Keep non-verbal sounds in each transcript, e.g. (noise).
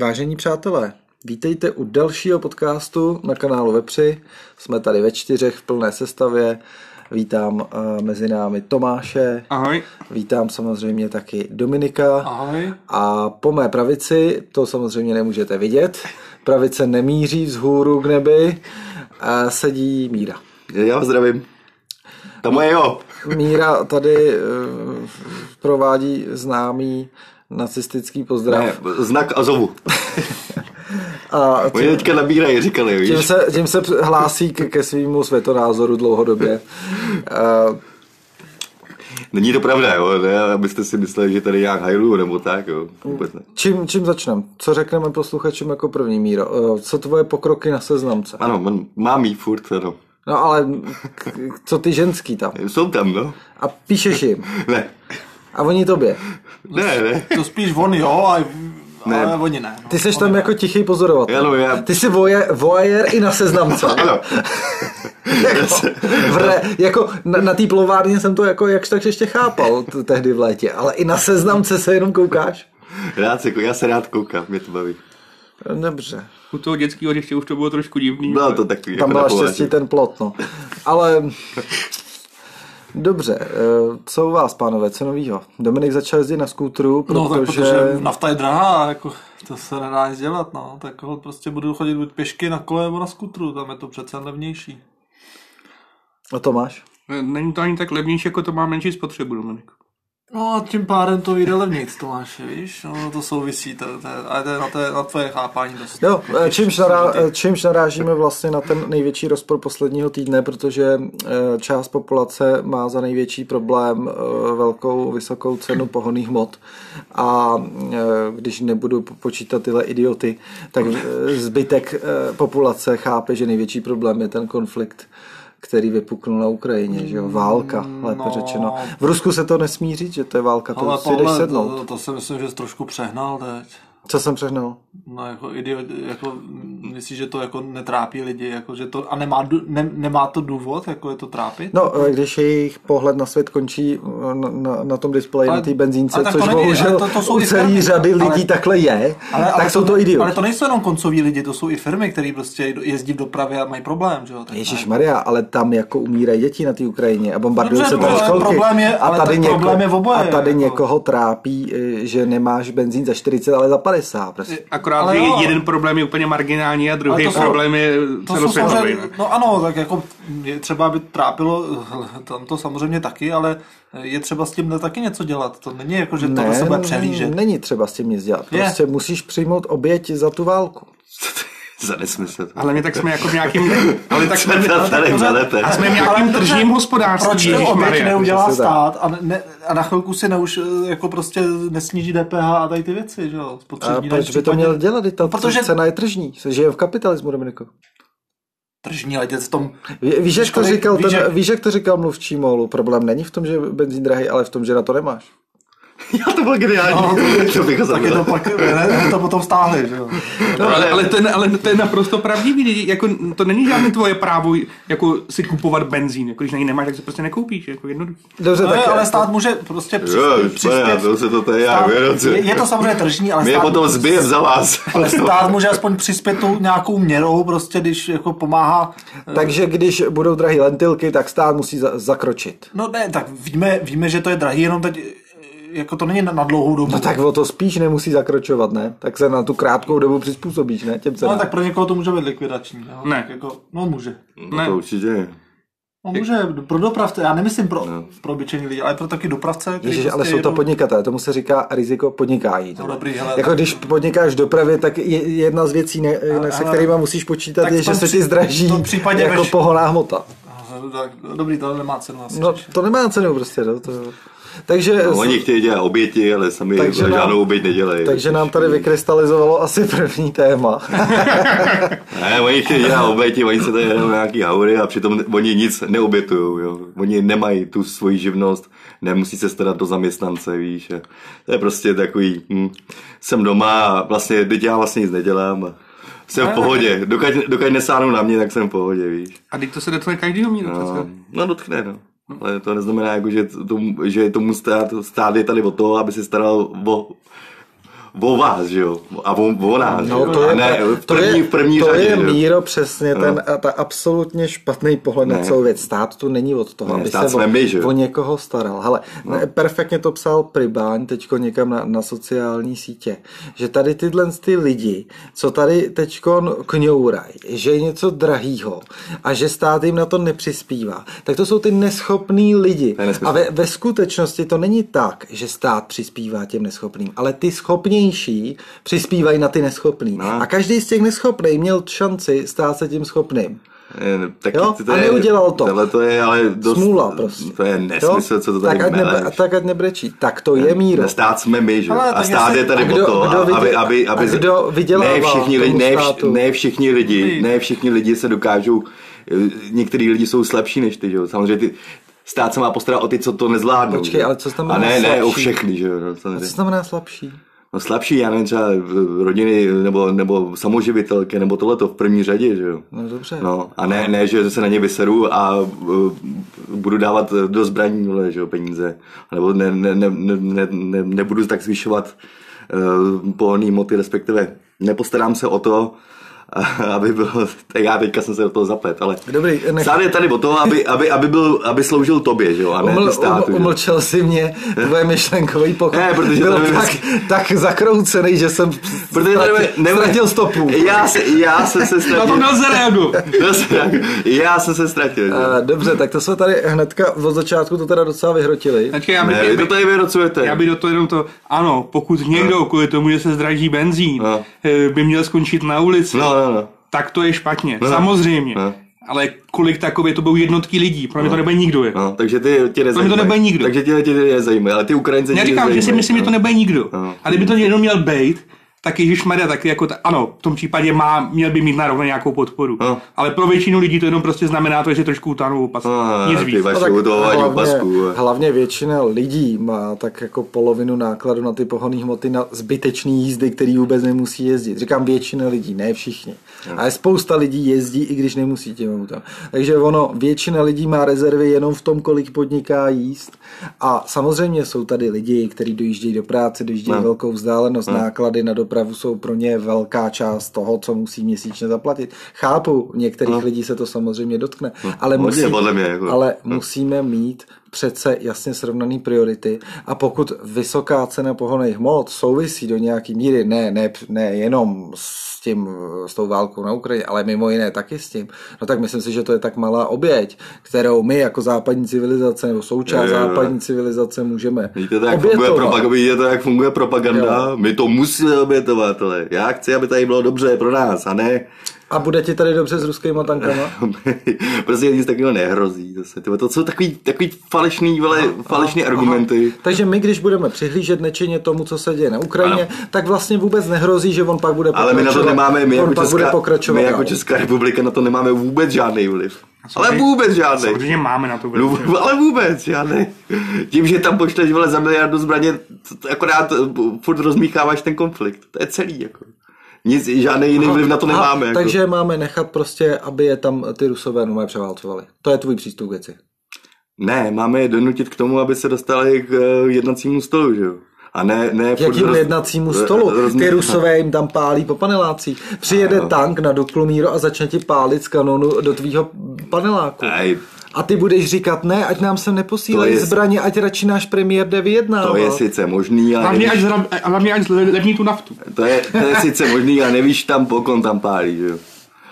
Vážení přátelé, vítejte u dalšího podcastu na kanálu Vepři. Jsme tady ve čtyřech v plné sestavě. Vítám eh, mezi námi Tomáše, Ahoj. vítám samozřejmě taky Dominika. Ahoj. A po mé pravici, to samozřejmě nemůžete vidět, pravice nemíří vzhůru k nebi, a sedí Míra. Já ho zdravím. To moje jo. Míra tady eh, provádí známý nacistický Ne, pozdrav. Znak Azovu. A Oni teďka nabírají, říkali, tím víš. se, tím se p- hlásí ke, ke svýmu světonázoru dlouhodobě. Eh, Není to pravda, jo, ne, abyste si mysleli, že tady nějak hajluju nebo tak, jo. Vůbec ne. Čím, čím začneme? Co řekneme posluchačům jako první, Míro? Eh, Co tvoje pokroky na seznamce? Ano, man, mám jí furt, ano. No ale k- k- co ty ženský tam? Jsou tam, no. A píšeš jim. Ne, A oni tobě. ne, ne. To spíš on jo, a, Ne. ale oni ne. No. Ty seš tam jako tichý pozorovatel. Ano, já- Ty jsi voje, voyeur i na seznamce. Ano, jako, vre, jako na, na té plovárně jsem to jako jakž tak ještě chápal t- tehdy v létě, ale i na seznamce se jenom koukáš. rád se, kou- já se rád koukám, mě to baví. Dobře. U toho dětského hřiště už to bylo trošku divný. Bylo to Tam takový, jako byla na povážení. štěstí ten plot, no. Ale... Dobře, eh, co u vás, pánové, co novýho? Dominik začal jezdit na skútru, No, tak protože... protože nafta je drahá, a jako to se nedá nic dělat, no. Tak ho prostě budu chodit buď pěšky na kole nebo na skutru, tam je to přece levnější. A Tomáš? Není to ani tak levnější, jako to má menší spotřebu, Dominik. No a tím pádem to vyjde levnějc, Tomáše, víš? No, to souvisí, to, to, je- ale to je na, to je na tvoje chápání dost. Jo, eh, čímž, nará, Složitý. eh, čímž narážíme vlastně na ten největší rozpor posledního týdne, protože eh, část populace má za největší problém eh, velkou, vysokou cenu pohonných hmot a eh, když nebudu po- počítat tyhle idioty, tak eh, zbytek eh, populace chápe, že největší problém je ten konflikt který vypuknul na Ukrajině, že jo, válka, lépe No. řečeno. V Rusku se to nesmí říct, že to je válka, to Ale si jdeš Pavle, sednout. to, to, si myslím, že jsi trošku přehnal teď. Co jsem přehnal? No jako idiot, jako myslíš, že to jako netrápí lidi, jako že to, a nemá, dů- ne, nemá to důvod, jako je to trápit? No, eh, když jejich pohled na svět končí eh, na, na, na tom displeji, Ale- na té benzínce, ale tak to což není- bohužel ale to- to jsou u i celý firmy. řady lidí Ale- takhle je, tak jsou to idioti. Ale to nejsou jenom koncoví lidi, to jsou i firmy, které prostě jezdí v dopravě a mají problém, že jo? Tak Ježíš ne. Maria, ale tam jako umírají děti na té Ukrajině a bombardují Dobře, se tam problém- školky. problém je- a ale tady, tak něko, problém je v oboje, a tady jako. někoho trápí, eh, že nemáš benzín za 40, ale za 50. Prostě. Akorát, Ale že jo. jeden problém je úplně marginální a druhý Ale to jsou- problém je To jsou celosvětový. samozřejmě, ne? no ano, tak jako je třeba by trápilo (laughs) tam to samozřejmě taky, ale je třeba s tím taky něco dělat. To není jako, že to do sebe přehlížet. není třeba s tím nic dělat. Je. Prostě musíš přijmout oběť za tu válku. Za nesmysl. (laughs) Ale my tak jsme jako v nějakým... Ale tak jsme, Co to tady vedete? a jsme v nějakým Ale dobře, tržním hospodářství. Proč to Ježíš oběť Maria. neudělá Přesně tak. stát a, ne, a na chvilku si neuž, eh, jako prostě nesníží DPH a tady ty věci, že jo? Spotřební A daň proč by to případně. měl dělat? Vždyť Ta No, Protože- cena je tržní. Žijeme v kapitalismu, Dominiko. Tržní letěc v tom... Ví- Víš, jak to Kolik- říkal, víš, ten, jak- víš, jak to říkal mluvčí Molu? Problém není v tom, že benzín drahý, ale v tom, že na to nemáš. Já to byl geniální. (laughs) No. To bych ho (laughs) Tak je zabil. to pak, ne, ne, to potom stáhli, (laughs) že jo? No, ale, ale, to je, ale to je naprosto pravdivý. Jako, to není žádné tvoje právo jako si kupovat benzín. Jako, když na něj nemáš, tak se prostě nekoupíš. Jako jednoduché. Dobře, No, tak, ale stát může prostě Jo, přispět. přispět- to se to tady já stát- věnuju. je, je to samozřejmě tržní, ale My je stát, potom zbijem za vás. (laughs) No, ale stát může aspoň přispět tou nějakou měrou, prostě když jako pomáhá takže když budou drahé lentilky, tak stát musí za, zakročit. No ne, tak víme, víme, že to je drahý, jenom teď eh, jako to není na, na dlouhou dobu. No tak o to spíš nemusí zakročovat, ne? Tak se na tu krátkou dobu přizpůsobíš, ne? Těm no, cenám. tak pro někoho to může být likvidační. Jo? Ne. Tak Jako, no může. No to určitě je. No může, pro dopravce, já nemyslím pro, pro obyčejný lidi, ale pro taky dopravce. který Ježiš, No. ale prostě jsou to jedou- podnikatelé, tomu se říká riziko podnikání. No dobrý, hele, jako tak- když podnikáš v dopravě, tak je, jedna z věcí, ne, ne, se ale- kterými musíš počítat, tak je, v že tom se při- ti zdraží v tom případě jako veš- pohoná hmota. No, tak, Dobrý, to nemá cenu asi. No řešit. to nemá cenu prostě, no, to... Takže... No, Oni chtějí dělat oběti, ale sami Takže nám- žádnou oběť nedělají. Takže nám tady vykrystalizovalo asi první (laughs) téma. Ne, oni chtějí dělat oběti, oni se tady jedou nějaký haury a přitom oni nic neobětují. Jo. Oni nemají tu svoji živnost, nemusí se starat do zaměstnance, víš. A to je prostě takový, hm, jsem doma a vlastně, teď já vlastně nic nedělám. A jsem v pohodě, dokud, dokud nesáhnou na mě, tak jsem v pohodě, víš. A teď to se dotkne každého míru. přece. No, no dotkne, no. Ale to neznamená, jako, že, tomu, že tomu stát, stát je tady o to, aby se staral o, o vás, že jo? A o, o nás, že No, jo? to A je, ne, v první, to je, v první to řadě, je že jo? No. míro přesně, ten, a ta absolutně špatný pohled na Ne. celou věc. Stát tu není od toho, Ne, aby stát se o, jsme my, že jo? No. o někoho staral. Hele, ne, perfektně to psal Pribáň teďko někam na, na sociální sítě, že tady tyhle ty lidi, co tady teďkon kňouraj, že je něco drahýho a že stát jim na to nepřispívá, tak to jsou ty neschopní lidi. To je nesmysl. A ve, ve skutečnosti to není tak, že stát přispívá těm neschopným, ale ty schopnější přispívají na ty neschopný. No. A každý z těch neschopných měl šanci stát se tím schopným. Eh, Tak Jo? to A je- neudělal to. Tohle to je ale dost, Smůla prostě. To je nesmysl, Jo? co to tady tak ať, nebe, meleš. tak ať nebrečí. Tak to je míro. Stát jsme my, že? jo? Ale a tak stát jestli- je tady a o kdo- to, kdo aby, vyděl- aby, a aby kdo vydělává ne všichni, lidi, tomu ne, vš, státu? ne všichni lidi, Ty. ne všichni lidi se dokážou, eh, některý lidi jsou slabší než ty, že? jo? Samozřejmě ty, stát se má postarat o ty, co to nezvládnou. Počkej, že jo? ale co znamená A ne, ne, o slabší? všechny, že jo? no, A samozřejmě. co znamená slabší? No slabší, já nevím, třeba eh, rodiny nebo, nebo samoživitelky, nebo tohleto v první řadě, že jo? No dobře. No, a ne, ne, že se na ně vyseru a uh, budu dávat eh, do zbraní vole, že, jo, peníze. Nebo ne, ne, ne, ne, ne, ne, nebudu tak zvyšovat uh, pohonný moty, respektive nepostarám se o to, (laughs) aby byl, tak já teďka jsem se do toho zaplet, ale Dobrý, nech- stát je tady o to, aby, aby, aby, byl, aby sloužil tobě, že jo, a ne ty Uml, státu. um, že jo. umlčel si mě, tvoje myšlenkový pochod Ne, protože byl to nevím, tak, tak zakroucený, že jsem Protože tady ztratil- ne- ztratil stopu. Já, se, já jsem se Na to ztratil. nelze reagovat. Já jsem se ztratil. že jo. Eh, Dobře, tak to jsme tady hnedka od začátku to teda docela vyhrotili. Počkej, já Ne, bych, vy to tady vyrocujete. Já bych do toho jenom to, ano, pokud někdo kvůli tomu, že se zdraží benzín, No. eh, by měl skončit na ulici, No, no, no. tak to je špatně, samozřejmě. No. Ale kolik takové to budou jednotky lidí, pro mě to nebude nikdo. Je. No, takže ty tě nezajímají. nebude nikdo. Takže tě, tě nezajímají, ale ty Ukrajince Já tě říkám, že si nezajímají, myslím, že to no. nebude nikdo. No. Ale kdyby to někdo měl být, tak Ježíš Maria, tak jako ta, ano, v tom případě má, měl by mít narovnou nějakou podporu. No. Ale pro většinu lidí to jenom prostě znamená to, že trošku utanou opas. No, Nic ty víc. vaše utohování opasků. hlavně většina lidí má tak jako polovinu nákladu na ty pohonné hmoty na zbytečný jízdy, který vůbec nemusí jezdit. Říkám většina lidí, ne všichni. Ale spousta lidí jezdí, i když nemusí tím autem. Takže ono, většina lidí má rezervy jenom v tom, kolik podniká jíst. A samozřejmě jsou tady lidi, kteří dojíždějí do práce, dojíždějí No. velkou vzdálenost, náklady na dopravu jsou pro ně velká část toho, co musí měsíčně zaplatit. Chápu, některých lidí se to samozřejmě dotkne, ale, No. hodně, musí, podle mě, jako. ale musíme mít přece jasně srovnaný priority a pokud vysoká cena pohonných hmot souvisí do nějaký míry, ne, ne, ne jenom s tím, s tou válkou na Ukrajině, ale mimo jiné taky s tím, no tak myslím si, že to je tak malá oběť, kterou my jako západní civilizace nebo součást Jo, jo, jo. západní civilizace můžeme Víte to, jako jak funguje, obětovat. propag- vidíte to, jak funguje propaganda? My to musíme obětovat, ale já chci, aby tady bylo dobře pro nás, a ne... (laughs) A bude ti tady dobře s ruskýma tankama? prostě nic takového nehrozí. Zase. Tyhle, To jsou takový, takový falešný, vele, falešný argumenty. Takže my, když budeme přihlížet nečinně tomu, co se děje na Ukrajině, tak vlastně vůbec nehrozí, že on pak bude pokračovat. Ale my na to nemáme, my on jako, pak bude Česká, pokračovat my dál. jako Česká republika na to nemáme vůbec žádný vliv. Ale Samozřejmě- vůbec žádný. Samozřejmě máme na to vliv. No, vů- ale vůbec, já ne. Tím, že tam pošleš vole za miliardu zbraně, t- t- akorát eh, furt rozmícháváš ten konflikt. To je celý, jako. Nic, žádný jiný vliv na to Aha, nemáme. Jako. Takže máme nechat prostě, aby je tam ty rusové nové převálcovali. To je tvůj přístup k věci. Ne, máme je donutit k tomu, aby se dostali k eh, jednacímu stolu, že jo. A ne, ne K jakým jednacímu stolu? Ty rusové jim tam pálí po panelácích. Přijede tank na Duklumíro a začne ti pálit z kanonu do tvýho paneláku. Ej, A ty budeš říkat, ne, ať nám sem neposílají To je- zbraně, ať radši náš premiér jde vyjednávat. to je sice možný, ale Hlavně nevíš, až, zra- a hlavně až levní tu naftu. to, je, to je sice možný, ale nevíš tam, pokon tam pálí, že jo.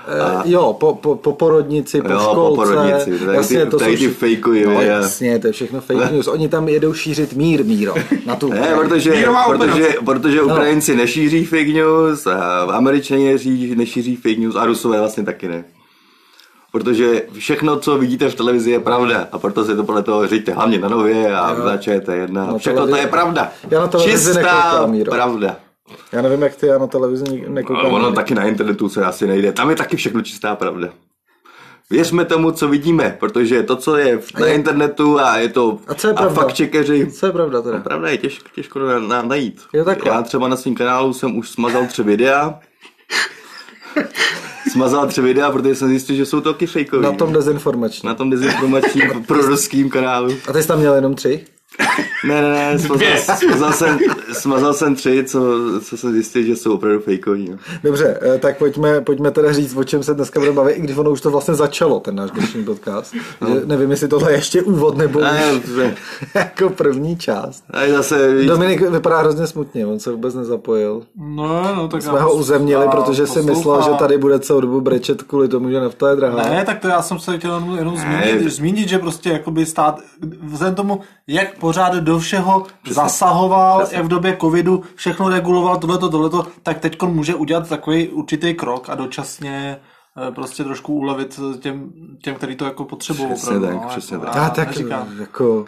Eh, Jo, po, po, po porodnici, po Jo, po školce. porodnici, tady jasně, ty- to tady jsou ty vši- fejkují, no, jo, já. jasně, to je všechno fake news. Oni tam jedou šířit mír, míro. Na tu Ne, protože, Mírová protože, operace. No. protože Ukrajinci nešíří fake news, a Američané neří- nešíří fake news a Rusové vlastně taky ne. Protože všechno, co vidíte v televizi, je pravda. A proto se to podle toho říte hlavně na nově a na ČT1. Na Všechno to televizi- je pravda. Já na televizi Čistá nekoukám, Míro. pravda. Já nevím, jak ty, já na televizi nik- Ale nekoukám. ono taky na internetu se asi nejde. Tam je taky všechno čistá pravda. Věřme tomu, co vidíme, protože to, co je v- na internetu a je to A co je a pravda? fakt čekeři, Co je pravda teda? Pravda je těžko, těžko na, na, najít. Jo, takhle. Já třeba na svém kanálu jsem už smazal tři videa. smazal tři videa, protože jsem zjistil, že jsou to taky fejkový. Na tom dezinformační. na tom dezinformačním proruským kanálu. A ty jsi tam měl jenom tři? Ne, ne, ne, smazal, smazal, jsem, smazal jsem tři, co, co jsem zjistil, že jsou opravdu fejkový. No. Dobře, eh, tak pojďme, pojďme teda říct, o čem se dneska budeme bavit, i když ono už to vlastně začalo, ten náš dnešní podcast. No. Nevím, jestli tohle je ještě úvod nebo Ne, už dobře. (laughs) jako první část. A zase, víš, Dominik vypadá hrozně smutně, on se vůbec nezapojil. No, no, tak Jsme ho uzemnili, protože si myslel, že tady bude celou dobu brečet kvůli tomu, že nafta je drahá. Ne, tak to já jsem se chtěl jenom, jenom Ne. zmínit, zmínit, že prostě jakoby stát, vzhledem tomu, jak pořád do všeho zasahoval, jak v době covidu všechno reguloval, tohleto, tohleto, tak teď může udělat takový určitý krok a dočasně eh, prostě trošku ulevit těm, těm který to jako potřebují. no, Přesně tak, přesně tak. Já tak Neříkám. jako...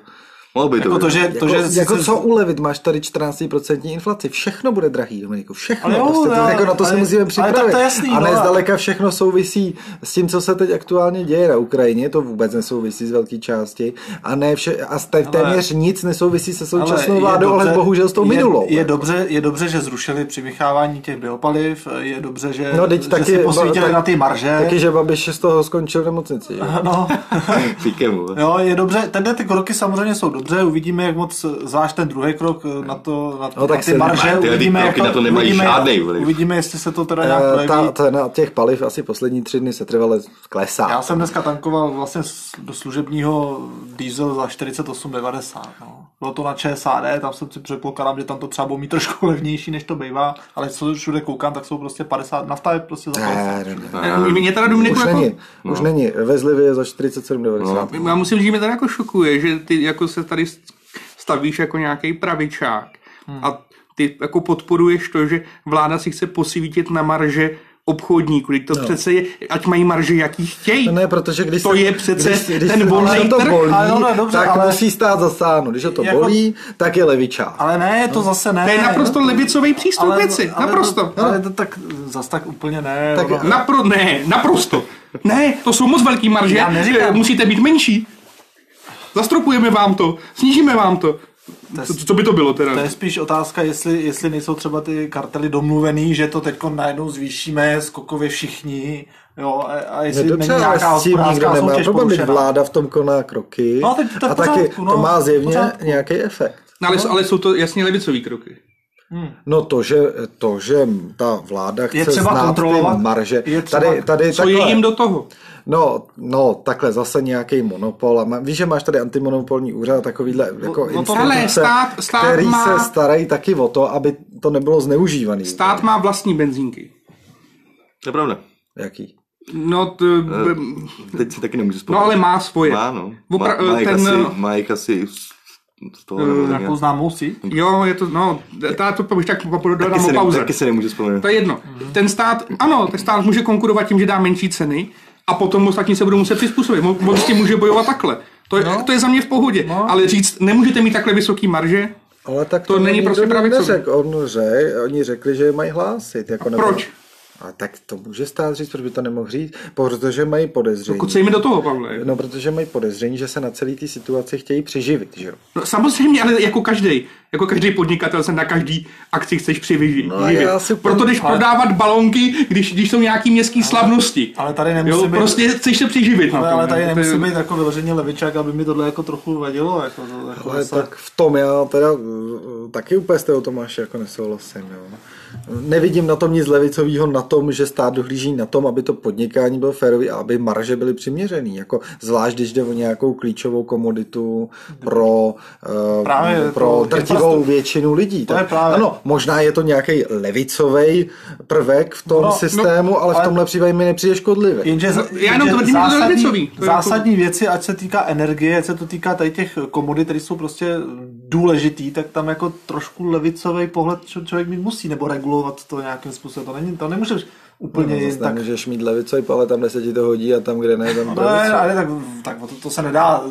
mohl by to Jako být. to, že, to, Jako, že jako sice- co ulevit, máš tady 14% inflaci, všechno bude drahý, Dominiku, všechno, Ale jo, prostě, to, ale- jako na to se ale- musíme ale tak to je připravit. jasný, a ne no, ale- zdaleka všechno souvisí s tím, co se teď aktuálně děje na Ukrajině, to vůbec nesouvisí z velké části a ne vše, a te, téměř nic nesouvisí se současnou je vládou, ale bohužel s tou je, minulou. jako. Je dobře, je dobře, že zrušili přimíchávání těch biopaliv, je dobře, že, no, teď že taky, si posvítili tak- na ty marže. Taky, že Babiš z toho skončil v nemocnici. že? (laughs) No, Říkám, vole. jo, je dobře. Tenhle ty kroky samozřejmě jsou dobře, uvidíme, jak moc, zvlášť ten druhý krok eh, na to, na, No, tak na se ty marže, nemá- ty uvidíme, jak kroky na to nemají uvidíme, žádnej vliv. Uvidíme, jestli se to teda nějak Eh, projeví. Ta, cena těch paliv asi poslední tři dny se trvale klesá. Já jsem dneska tankoval vlastně s- do služebního diesel za 48,90. No. Bylo to na ČSAD, tam jsem si předpokládám, že tam to třeba bude mít trošku levnější, než to bývá, ale co všude koukám, tak jsou prostě 50, nafta je prostě za Eh. 50. Ne, ne, ne. Mě teda Dominiku Už jako... není, No. už není. Ve Zlivě je za 47,90. Já musím říct, že mě teda jako šokuje, že ty jako se tady stavíš jako nějaký pravičák Hmm. a ty jako podporuješ to, že vláda si chce posvítit na marže obchodníků, když to No. přece je, ať mají marže, jaký chtějí. No ne, protože když To se, je přece ten se- volný když to trh. bolí, Ale ono, dobře, tak ale- musí stát zasáhnout. Když ho to Jako- bolí, tak je levičák. Ale ne, je to zase ne. To je naprosto levicový přístup věci, naprosto. no. Ale, ale to tak zas tak úplně ne. Tak- ono- Napro, ne, naprosto. Ne, to jsou moc velký marže, Já neříkám. eh, musíte být menší. Zastropujeme vám to, snížíme vám to. Co, co by to bylo teda? To je spíš otázka, jestli, jestli nejsou třeba ty kartely domluvený, že to teď najednou zvýšíme skokově všichni, jo, a- a Je jestli dobře, není ale nějaká s tím nikdo hospodářská nemá soutěž problém, když porušená. vláda v tom koná kroky No, teď to je a v taky pořádku, no, to má v zjevně pořádku. nějaký efekt. No, ale, ale jsou to jasně levicový kroky. No to, že, to, že ta vláda chce třeba znát kontrolovat, ty marže. je třeba- tady, tady Co je takhle. jim do toho? No, no, takhle zase nějaký monopol. A má, víš, že máš tady antimonopolní úřad a takovýhle jako no to- Ale stát- stát který má- se starají taky o to, aby to nebylo zneužívaný. Stát má vlastní benzínky. To je pravda. Jaký? No, t, Eh, b, Teď si taky nemůžu no vzpomenout. ale má svoje. Má, no. Opra- má, má, jich ten, asi, má jich asi z- z toho nebo tak nějak. Nějakou známou síť? Jo, je to, no, ta to už tak Taky se dodám ne- pauze. Taky se nemůžu vzpomenout. To je jedno. Ten stát, ano, ten stát může konkurovat tím, že dá menší ceny a potom ostatní se budou muset přizpůsobit. Mo- Moc s tím může bojovat takhle. To je, no. to je za mě v pohodě. No. Ale říct, nemůžete mít takhle vysoký marže, Ale tak To není nikdo prostě pravicový. neřekl. On řek, oni řekli, že je mají hlásit. Jako nebo... proč? A tak to může stát říct, proč by to nemohl říct? Protože mají podezření. Jako, co jim do toho, Pavle? No, protože mají podezření, že se na celý té situaci chtějí přiživit, že jo? No, samozřejmě, ale jako každý, jako každý podnikatel se na každý akci chceš přivyžit. No, já si- Proto jdeš ale- prodávat balonky, když, když jsou nějaký městský slavnosti. ale tady nemusí jo, být- Prostě chceš se přiživit. na Ale, tom, ale tady jo. nemusí To je- být jako vyloženě levičák, aby mi tohle jako trochu vadilo. Jako, to, jako Ale zase- tak v tom já teda uh, taky úplně s tebou Tomáš jako nesouhlasím. Jo. Nevidím na tom nic levicového na tom, že stát dohlíží na tom, aby to podnikání bylo férový a aby marže byly přiměřený. Jako, zvlášť, když jde o nějakou klíčovou komoditu pro, uh, Právě to- pro je prostě- drtivou většinu lidí. To je právě- Ano, možná je to nějaký levicový prvek v tom No, no, systému, ale v ale- tomhle případě mi nepřijde škodlivý. Jenže, No, no, já jenom tvrdím, že to je levicový. To je jako- zásadní věci, ať se týká energie, ať se to týká tady těch komodit, které jsou prostě důležitý, tak tam jako trošku levicový pohled čo- člověk mít musí, nebo regulovat to nějakým způsobem. To, není, to nemůžeš úplně No, no, zase jen tak. Nemůžeš mít levicový, ale tam, kde se ti to hodí a tam, kde ne, tam No, pravicový. ne, ale tak, tak to, to se nedá.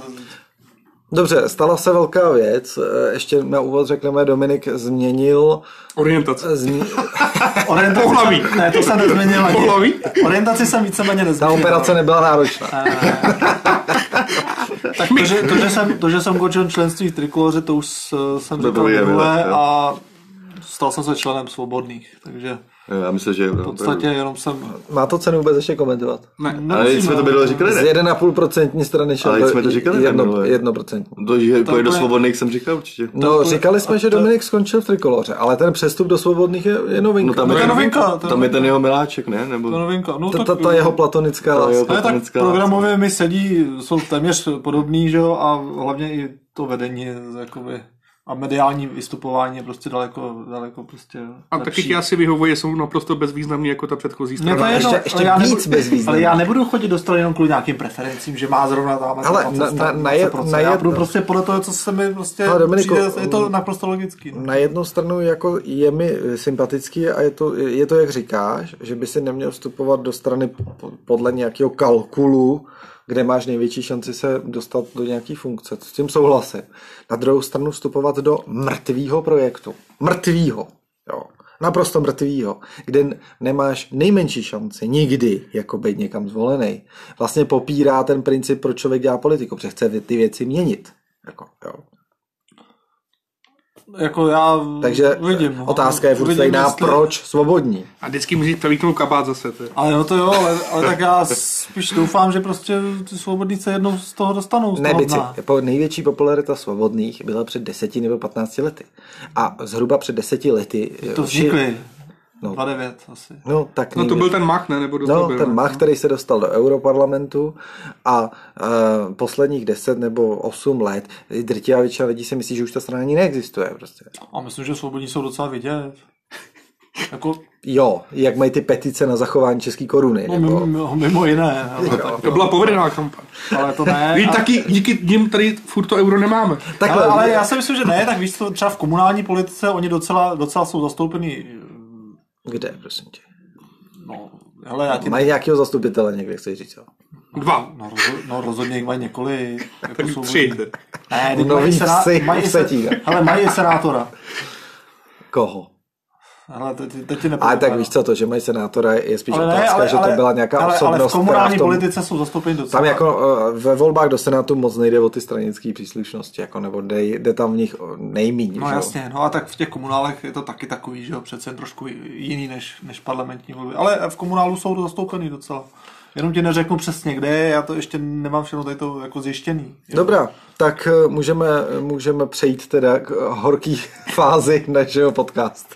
Dobře, stala se velká věc. Eh, Ještě na úvod řekneme, Dominik změnil... Orientace. Zmi... (laughs) Orientaci Pohlaví. Jsem, ne, to jsem nezměnil. ani. Pohlaví? Orientaci jsem víceméně Ta nezměnil. operace nebyla náročná. Tak to, že, to, že jsem, to, že jsem končil členství v Trikoloře, to už eh, jsem To říkal bylo minule jedno, jo. a stal jsem se členem svobodných, takže Eh, Já myslím, že... v podstatě jenom jsem... Má to cenu vůbec ještě komentovat? Ne, Ale jsme to bylo říkali, Z ne? 1,5% strany šel Ale do jsme to říkali, jedno, minule. 1%. To, že pojede do bude- svobodných, jsem říkal určitě. No, říkali jsme, že Dominik skončil v trikoloře, ale ten přestup do svobodných je, je No novinka. tam To je, je ten, novinka, to je tam je novinka. ten jeho miláček, ne? Nebo... To novinka. No, Ta, ta, tak, ta jeho platonická To je láska. ale tak platonická programově mi sedí, jsou téměř podobný, že jo, a hlavně i to vedení je jakoby, a mediální vystupování je prostě daleko, daleko prostě a lepší. taky ti asi vyhovuje, jsou naprosto bezvýznamný jako ta předchozí Mně No to strana. je jedno, ještě- ještě ale já víc nebudu- bezvýznamný. Ale já nebudu chodit do strany jenom kvůli nějakým preferencím, že má zrovna tam Ale na- na- na je- na já jedno. budu prostě podle toho, co se mi prostě Ale Dominiku, přijde, je to naprosto logický. No. Na jednu stranu jako je mi sympatický a je to, je to, jak říkáš, že by si neměl vstupovat do strany po- podle nějakého kalkulu, kde máš největší šanci se dostat do nějaké funkce. S tím souhlasím. Na druhou stranu vstupovat do mrtvýho projektu. Mrtvýho. Jo. Naprosto mrtvýho, kde n- nemáš nejmenší šanci nikdy jako být někam zvolený. Vlastně popírá ten princip, proč člověk dělá politiku, protože chce vě- ty věci měnit. Jako, jo. Jako já Takže eh, vidím, no. otázka je furt Uvidím, stejná, jestli- proč svobodní. A vždycky musíš převítnout kabát zase. To je. Ale no to jo, ale, ale tak já spíš doufám, že prostě ty svobodnice jednou z toho dostanou. Z Ne, toho bici, dna. po největší popularita svobodných byla před 10 nebo 15 lety. A zhruba před 10 lety... To eh, vznikly. No. 29 asi. No, tak No to nejvě- byl ten mach, ne? Nebo No, dostal byl, ten ne? Mach, který se dostal do Europarlamentu a e, posledních 10 nebo 8 let drtivá většina lidí si myslí, že už ta strana ani neexistuje. Prostě. A myslím, že svobodní jsou docela vidět. Jako, Jo, jak mají ty petice na zachování české koruny. no, nebo... mimo, mimo, mimo jiné, ale, tak, To byla povedená kampaň. ale to ne. Vy A- taky díky nim tady furt to euro nemáme. Takhle, ale, ale já si myslím, že ne, tak víš, co, třeba v komunální politice oni docela, docela jsou zastoupený. Kde, prosím tě? No, hele, já ti... Mají nějakého zastupitele někde, chci říct. Jo. Dva. No, rozho- no rozhodně jich mají několik. Jako Tak svobodní. tři. Ne, teď No, mají, víc sená, si mají, i setí, ne? se, hele, mají i senátora. Koho? Hele, teď, teď ti Ale nepovedlo. tak víš co, to, že mají senátora, je spíš ale Ale otázka, ne, ale, že to ale- byla nějaká ale, osobnost, ale v která komunální v tom, politice jsou zastoupeni docela. Tam jako eh, ve volbách do senátu moc nejde o ty stranické příslušnosti, jako, nebo jde, jde tam v nich nejméně. No jasně, no a tak v těch komunálech je to taky takový, že jo, přece jen trošku jiný než, než parlamentní volby. Ale v komunálu jsou zastoupený docela. Jenom ti neřeknu přesně kde, já to ještě nemám všechno tady to jako zjištěný. Jo. Dobrá, tak eh, můžeme, můžeme přejít teda k eh, horký (laughs) fázi našeho podcastu.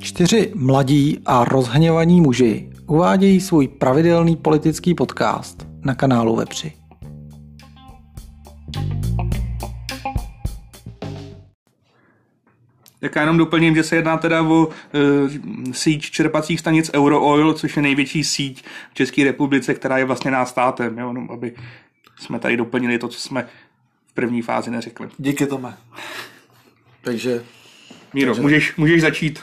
Čtyři mladí a rozhněvaní muži uvádějí svůj pravidelný politický podcast na kanálu Vepři. Tak já jenom doplním, že se jedná teda o e, síť čerpacích stanic Eurooil, což je největší síť v České republice, která je vlastně nás státem, jo, jenom aby jsme tady doplnili to, co jsme v první fázi neřekli. Díky Tome. Takže Míro, můžeš, můžeš začít.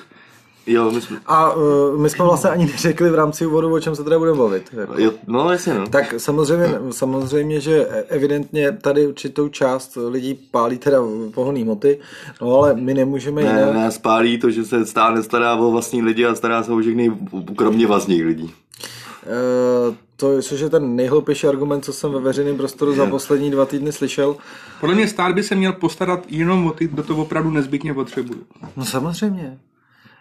Jo, my jsme... a uh, my jsme vlastně ani neřekli v rámci úvodu, o čem se teda budeme bavit. Jako. Jo, no jasně, no. Tak samozřejmě, samozřejmě, že evidentně tady určitou část lidí pálí teda pohonný moty, no ale my nemůžeme Ne, jinak. ne, spálí to, že se stát nestará o vlastní lidi a stará se o všechny, kromě vlastních lidí. Eh, To, což je ten nejhloupější argument, co jsem ve veřejném prostoru za poslední dva týdny slyšel. Podle mě stát by se měl postarat jenom o ty, kdo to opravdu nezbytně potřebuje. No samozřejmě.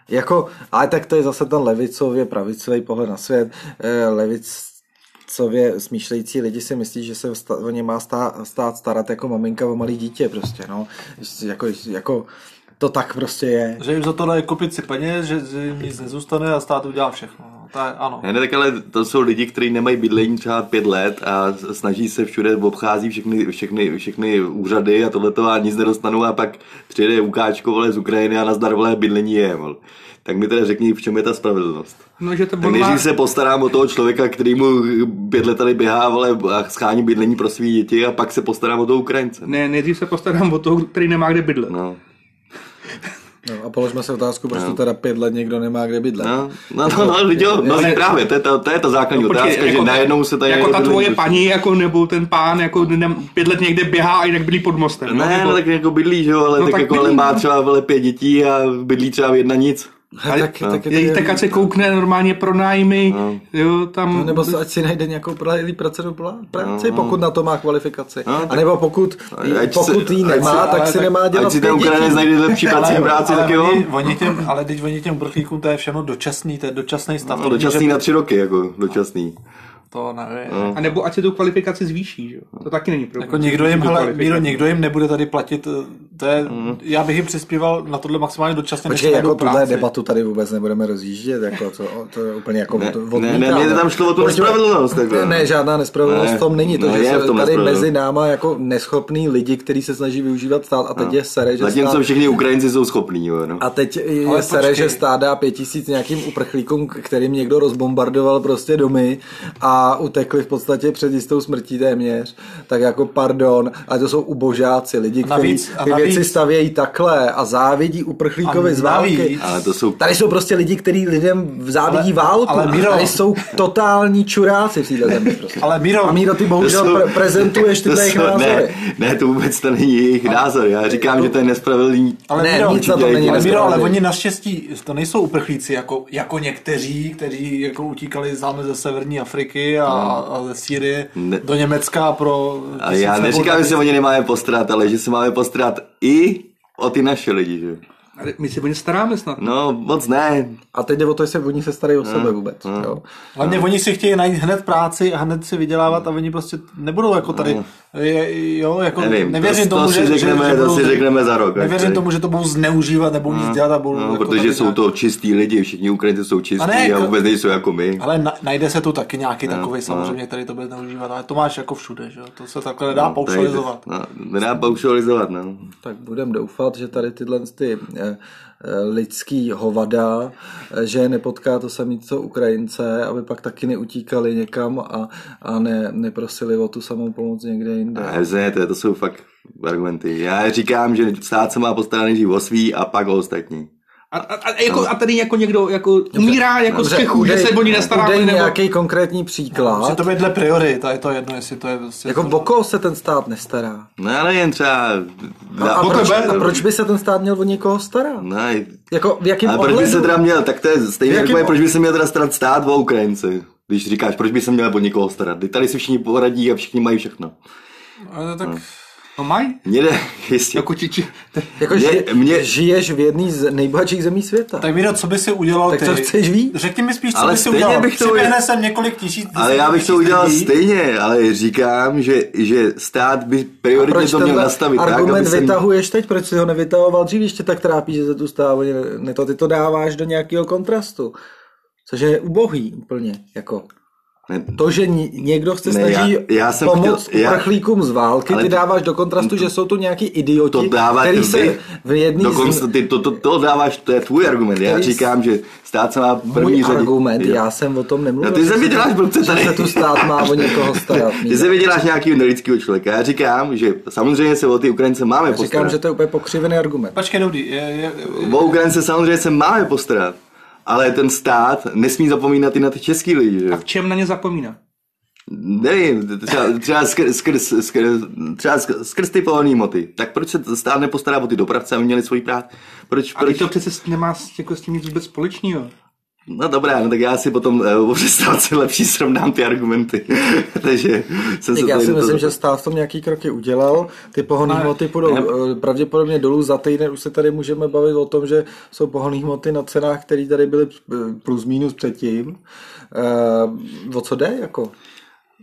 Jako, ale tak to je zase ten levicově pravicový pohled na svět. Eh, Levicově smýšlející lidi si myslí, že se sta- o ně má stát, stát starat jako maminka o malý dítě prostě, no. Jako, jako to tak prostě je. Že jim za to dají kopici peněz, že, že jim nic nezůstane a stát udělá všechno. No, to je, ano. Ne, ne, tak ale to jsou lidi, kteří nemají bydlení třeba pět let a s- snaží se všude, obchází všechny, všechny, všechny úřady a tohleto a nic nedostanou a pak přijde Ukáčko, vole, z Ukrajiny a nazdar, vole, bydlení je, vole. Tak mi teda řekni, v čem je ta spravedlnost. No, že to Tak on má, nejdřív se postarám o toho člověka, který mu pět let tady běhá, vole, a schání bydlení pro svý děti a pak se postarám o toho Ukrajince. ne, nejdřív se postarám o toho, který nemá kde bydlet. No. No a položme si otázku, proč to teda pět let někdo nemá kde bydlet. No, no, Jako- no, no, lidi, jo, no právě, to je ta, to je ta základní No, Počkej, otázka, že najednou se tady... jako ta bydlení tvoje prostě- paní, jako, nebo ten pán, jako ne, pět let někde běhá a jinak byli pod mostem. no, Ne, jako, no, tak jako bydlí, že jo, ale No tak, tak jako ale bydlí, má no. třeba vele pět dětí a bydlí třeba v jedna nic. Ale, tak, tak, je, tak ať se koukne normálně pro nájmy, no. jo, tam... No, nebo se, ať si najde nějakou pra- pracovnou pla- práci, No, pokud na to má kvalifikaci. A nebo pokud, Ať pokud se- ji ať nemá, se- tak ale si tak- nemá Ať dělat si pět ten Ukrajinec dětí. najde lepší práci, práci, tak jo. oni, oni těm, ale teď oni těm brchlíkům to je všechno dočasný, to je dočasný stav. No, dočasný na tři roky, jako dočasný. To nevím. A nebo ať se tu kvalifikaci zvýší, že? jo? To taky není problém. Jako někdo jim, Tu hele, kvalifikaci. Míro, někdo jim nebude tady platit, eh, to je, já bych jim přispíval na tohle maximálně dočasně, než Mhm. Počkej, najdou jako tuhle práci. debatu tady vůbec nebudeme rozjíždět, jako to, to je úplně jako Ne, to ne, odmítáme. ne, mě tam šlo o tu Proč- nespravedlnost. takhle. Ne, ne, žádná nespravedlnost Ne, ne, tom není. To, ne, že je v se tom tady nespravedlnost. mezi náma jako neschopný lidi, kteří se snaží využívat stát a teď je sere, že stát... No. Zatímco všichni Ukrajinci jsou schopní, jo. No. A teď je Ale sere, počkej. že stát dá pět tisíc nějakým uprchlíkům, k- kterým někdo rozbombardoval prostě domy a utekli v podstatě před jistou smrtí téměř. Tak jako pardon, a to jsou ubožáci, lidi, kteří navíc- a ty navíc- věci stavějí takhle a závidí uprchlíkovi A z války. navíc- Ale to jsou... Tady jsou prostě lidi, kteří lidem závidí Ale- válku. ale Miro- tady jsou totální čuráci v této zemi. Prostě. (laughs) Ale Miro, A Míro, ty to bohužel jsou- pre- prezentuješ to tyhle jejich jsou- názory. Ne, ne, to vůbec to není jejich názor. Já říkám, že to je nespravedlný. Ale ne, Miro, nic na to určitě, není. Ale Miro, ale nespravedlivý. oni naštěstí, to nejsou uprchlíci jako, jako někteří, kteří jako utíkali známe ze severní Afriky a, Mhm. a ze Sýrie Ne. do Německa pro... Ale tisíc já nebo neříkám, že dva se o ně nemáme postarat, ale že se máme postarat i o ty naše lidi, že? Ale My se o ně staráme snad. No, moc ne. A teď jde o to, jestli oni se starají o Hmm. sebe vůbec. Jo. Hlavně No. oni si chtějí najít hned práci a hned si vydělávat a oni prostě nebudou jako tady, je, jo, jako No. Nevím, nevěřím to- tomu, to si že, řekneme- že, že to budou- si řekneme za rok, až Nevěřím tady. tomu, že to budou zneužívat nebo nic dělat a budou No, jako protože tady jsou nějak- to čistí lidi, všichni Ukrajinci jsou čistí a, ne, jako- vůbec nejsou jako my. Ale na, najde se tu taky nějaký No, takový samozřejmě, který to bude zneužívat, ale to máš jako všude, že jo, to se takhle nedá No, tady- paušalizovat. No, nedá paušalizovat, no. Tak budeme doufat, že tady tyhle ty eh, eh, lidský hovada, eh, že je nepotká to samé, co Ukrajince, aby pak taky neutíkali někam a, a ne, neprosili o tu samou pomoc někde jinde. Ne, to, to jsou fakt argumenty. Já říkám, že stát se má postarat nejdřív o svý a pak o ostatní. A, a, a, jako, a tady jako někdo jako umírá jako prostě z Čechů, že udej- se o ní nestaráme. udej Nebo... nějaký konkrétní Že No, příklad. to bude dle priorit a je to jedno, jestli to je prostě... Jako o koho se ten stát nestará? No ale jen třeba... A, Po proč, tebe. a proč by se ten stát měl o někoho starat? No, Jako v jakém ale proč by ohledu? se teda měl, tak to je stejně V jakém jako je, o- proč by se měl teda starat stát o Ukrajinci, když říkáš, proč by se měl o někoho starat. Teď tady si všichni poradí a všichni mají všechno. Ale tak... No mají. Mně jde, (laughs) jistě. No, Jako či, či, Jako Mě- ži, mě- žiješ v jedné z nejbohatších zemí světa. Tak Miro, co by si udělal Tak ty? co chceš víc? Řekni mi spíš, co Ale by si stejně udělal. bych to Přiběhne udělal. sem několik tisíc. Ale já bych to tisíc udělal lidí. stejně, ale říkám, že, že stát by prioritně Proč to měl tenhle nastavit tak, argument aby se... vytahuješ teď, proč si ho nevytahoval dřív, ještě tak trápí, že se tu stává, ne- ne to, ty to dáváš do nějakého kontrastu. Což je ubohý úplně, jako. Ne, To, že ni- někdo chce Ne, snaží já- já jsem pomoct chtěl- já- uprchlíkům z války, Ale ty to- dáváš do kontrastu, že jsou tu nějaký idioti, to dávat který ty se vy. v jedný Dokonce, z... ty, to, to, to, dáváš, to je tvůj argument. Já Který s- říkám, že stát se má v první Můj řadě. argument, Jo. (laughs) já jsem o tom nemluvil. No ty že se mi se- děláš blbce tady. Že se tu stát má o někoho starat. (laughs) Ty Míro. se vyděláš nějakého nelidského člověka. Já říkám, že samozřejmě se o ty Ukrajince máme Já Říkám, postarat. že to je úplně pokřivený argument. Počkej, dobrý. Je, je, O Ukrajince samozřejmě se máme postarat. Ale ten stát nesmí zapomínat i na ty český lidi. Že? a v čem na ně zapomíná? Nevím, třeba, třeba, skrz, skrz, skrz, třeba skrz, skrz ty pohoný moty. Tak proč se stát nepostará o ty dopravce, aby měli svoji práci? Proč, A proč? to přece s- nemá s- jako s tím nic vůbec společného. No dobrá, no tak já si potom eh, (laughs) o přestávce lepší srovnám ty argumenty. (laughs) Takže jsem Tak já tady si do toho- myslím, že stát v tom nějaký kroky udělal. Ty pohonné hmoty půjdou eh, pravděpodobně dolů. Za týden už se tady můžeme bavit o tom, že jsou pohonné hmoty na cenách, které tady byly eh, plus minus předtím. Eh, O co jde? Jako?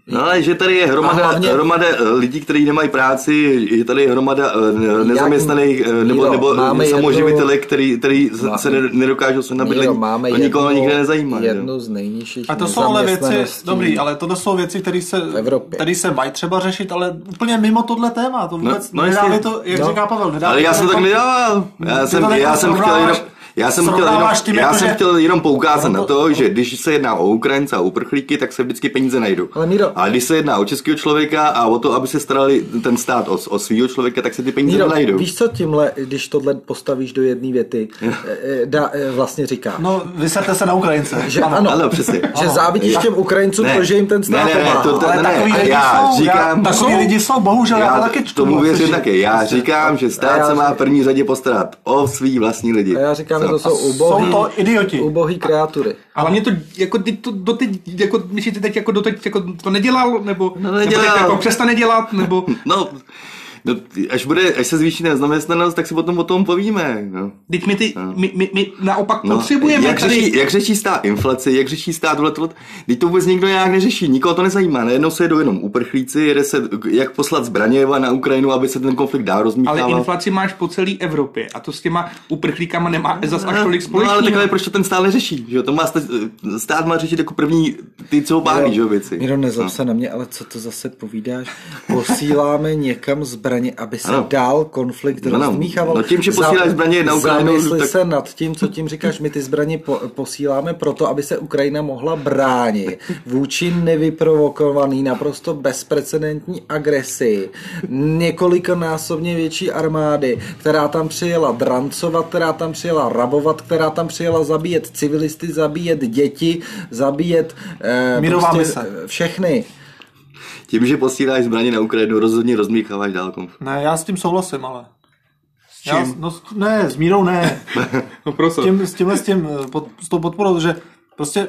No ale že tady je hromada, A hlavně- hromada eh, lidí, kteří nemají práci, je tady hromada eh, ne- nezaměstnaných eh, nebo, Míro, nebo máme samoživitele, který, který se- se ne- nedokážou se na Míro, bydlení. máme To nikoho jednu- nikde nezajímá. že jo. Jednu z nejnižších a to jsou ale věci, nezaměstnaností. dobrý, ale tohle jsou věci, které se, Evropě. které se mají třeba řešit, ale úplně mimo tohle téma. To vůbec no no, jasně. nedávej to, jak No. říká Pavel, nedávej Ale já to jsem to tak jako- nedával. Já Ty jsem, to tak já jsem chtěl jenom, srovnáváš- já jsem chtěl jenom, srovnáváš tím, já jako jsem že- chtěl jenom poukázat No na to- to, že když se jedná o Ukrajince a uprchlíky, tak se vždycky peníze najdou. Ale Míro- Ale když se jedná o českého člověka a o to, aby se starali ten stát o, o svého člověka, tak se ty peníze Míro, najdou. víš co tímhle, když tohle postavíš do jedné (laughs) věty, eh, eh, dá, eh, vlastně říká? No, vyserte se na (laughs) Ukrajince. že ano, Ano, přesně. že závidíš těm Ukrajincům to, že jim ten stát ne, ne, ne, pomáhá. to, to, Ale ne, takový ne, lidi já jsou, já- říkám, No, takový lidi jsou, bohužel, No, já to taky čtu, Tomu no, věřím což je- taky. Já prostě- říkám, že A já stát se má v první řadě postarat o svý vlastní lidi. A já říkám, strany to jsou ubohý, Jsou to idioti. (laughs) ubohý kreatury. Ale mě to, jako ty to doteď, jako myslíš, ty teď jako doteď jako to nedělal, nebo, No, nebo nedělal. teď jako přestane dělat, nebo No, no, až, bude, až se zvýší nezaměstnanost, tak si potom o tom povíme. No. teď my ty, my, my, my naopak No, potřebujeme jak tady. řeší, jak řeší stát inflaci, jak řeší stát tohle, tohle, teď to vůbec nikdo nějak neřeší, nikoho to nezajímá, najednou se jedou jenom uprchlíci, jede se, jak poslat zbraně na Ukrajinu, aby se ten konflikt dál Ale rozmíchával. inflaci máš po celé Evropě a to s těma uprchlíkama nemá zas až tolik No, ale společného. takhle proč to ten stát neřeší, že jo? To má stát, stát má řešit jako první ty, co ho pálí, že jo, věci. Miro, nezlob No. se na mě, ale co to zase povídáš? Posíláme někam zbraně, aby se Ano. dál konflikt Ano. rozmíchával. No tím, že posíláš zbraně na Ukrajinu, Zamysli tak- se nad tím, co tím říkáš. My ty zbraně po, posíláme proto, aby se Ukrajina mohla bránit vůči nevyprovokovaný, naprosto bezprecedentní agresi několikanásobně větší armády, která tam přijela drancovat, která tam přijela rabovat, která tam přijela zabíjet civilisty, zabíjet děti, zabíjet eh, Mírová prostě, mise. eh, všechny. Tím, že posíláš zbraně na Ukrajinu, rozhodně rozmícháváš dál konflikt. Ne, já s tím souhlasím, ale. S čím? Já, s- no, s- ne, s mírou ne. No, prostě. S, tím, s tímhle, s, tím, eh, pod, s tou podporou, že prostě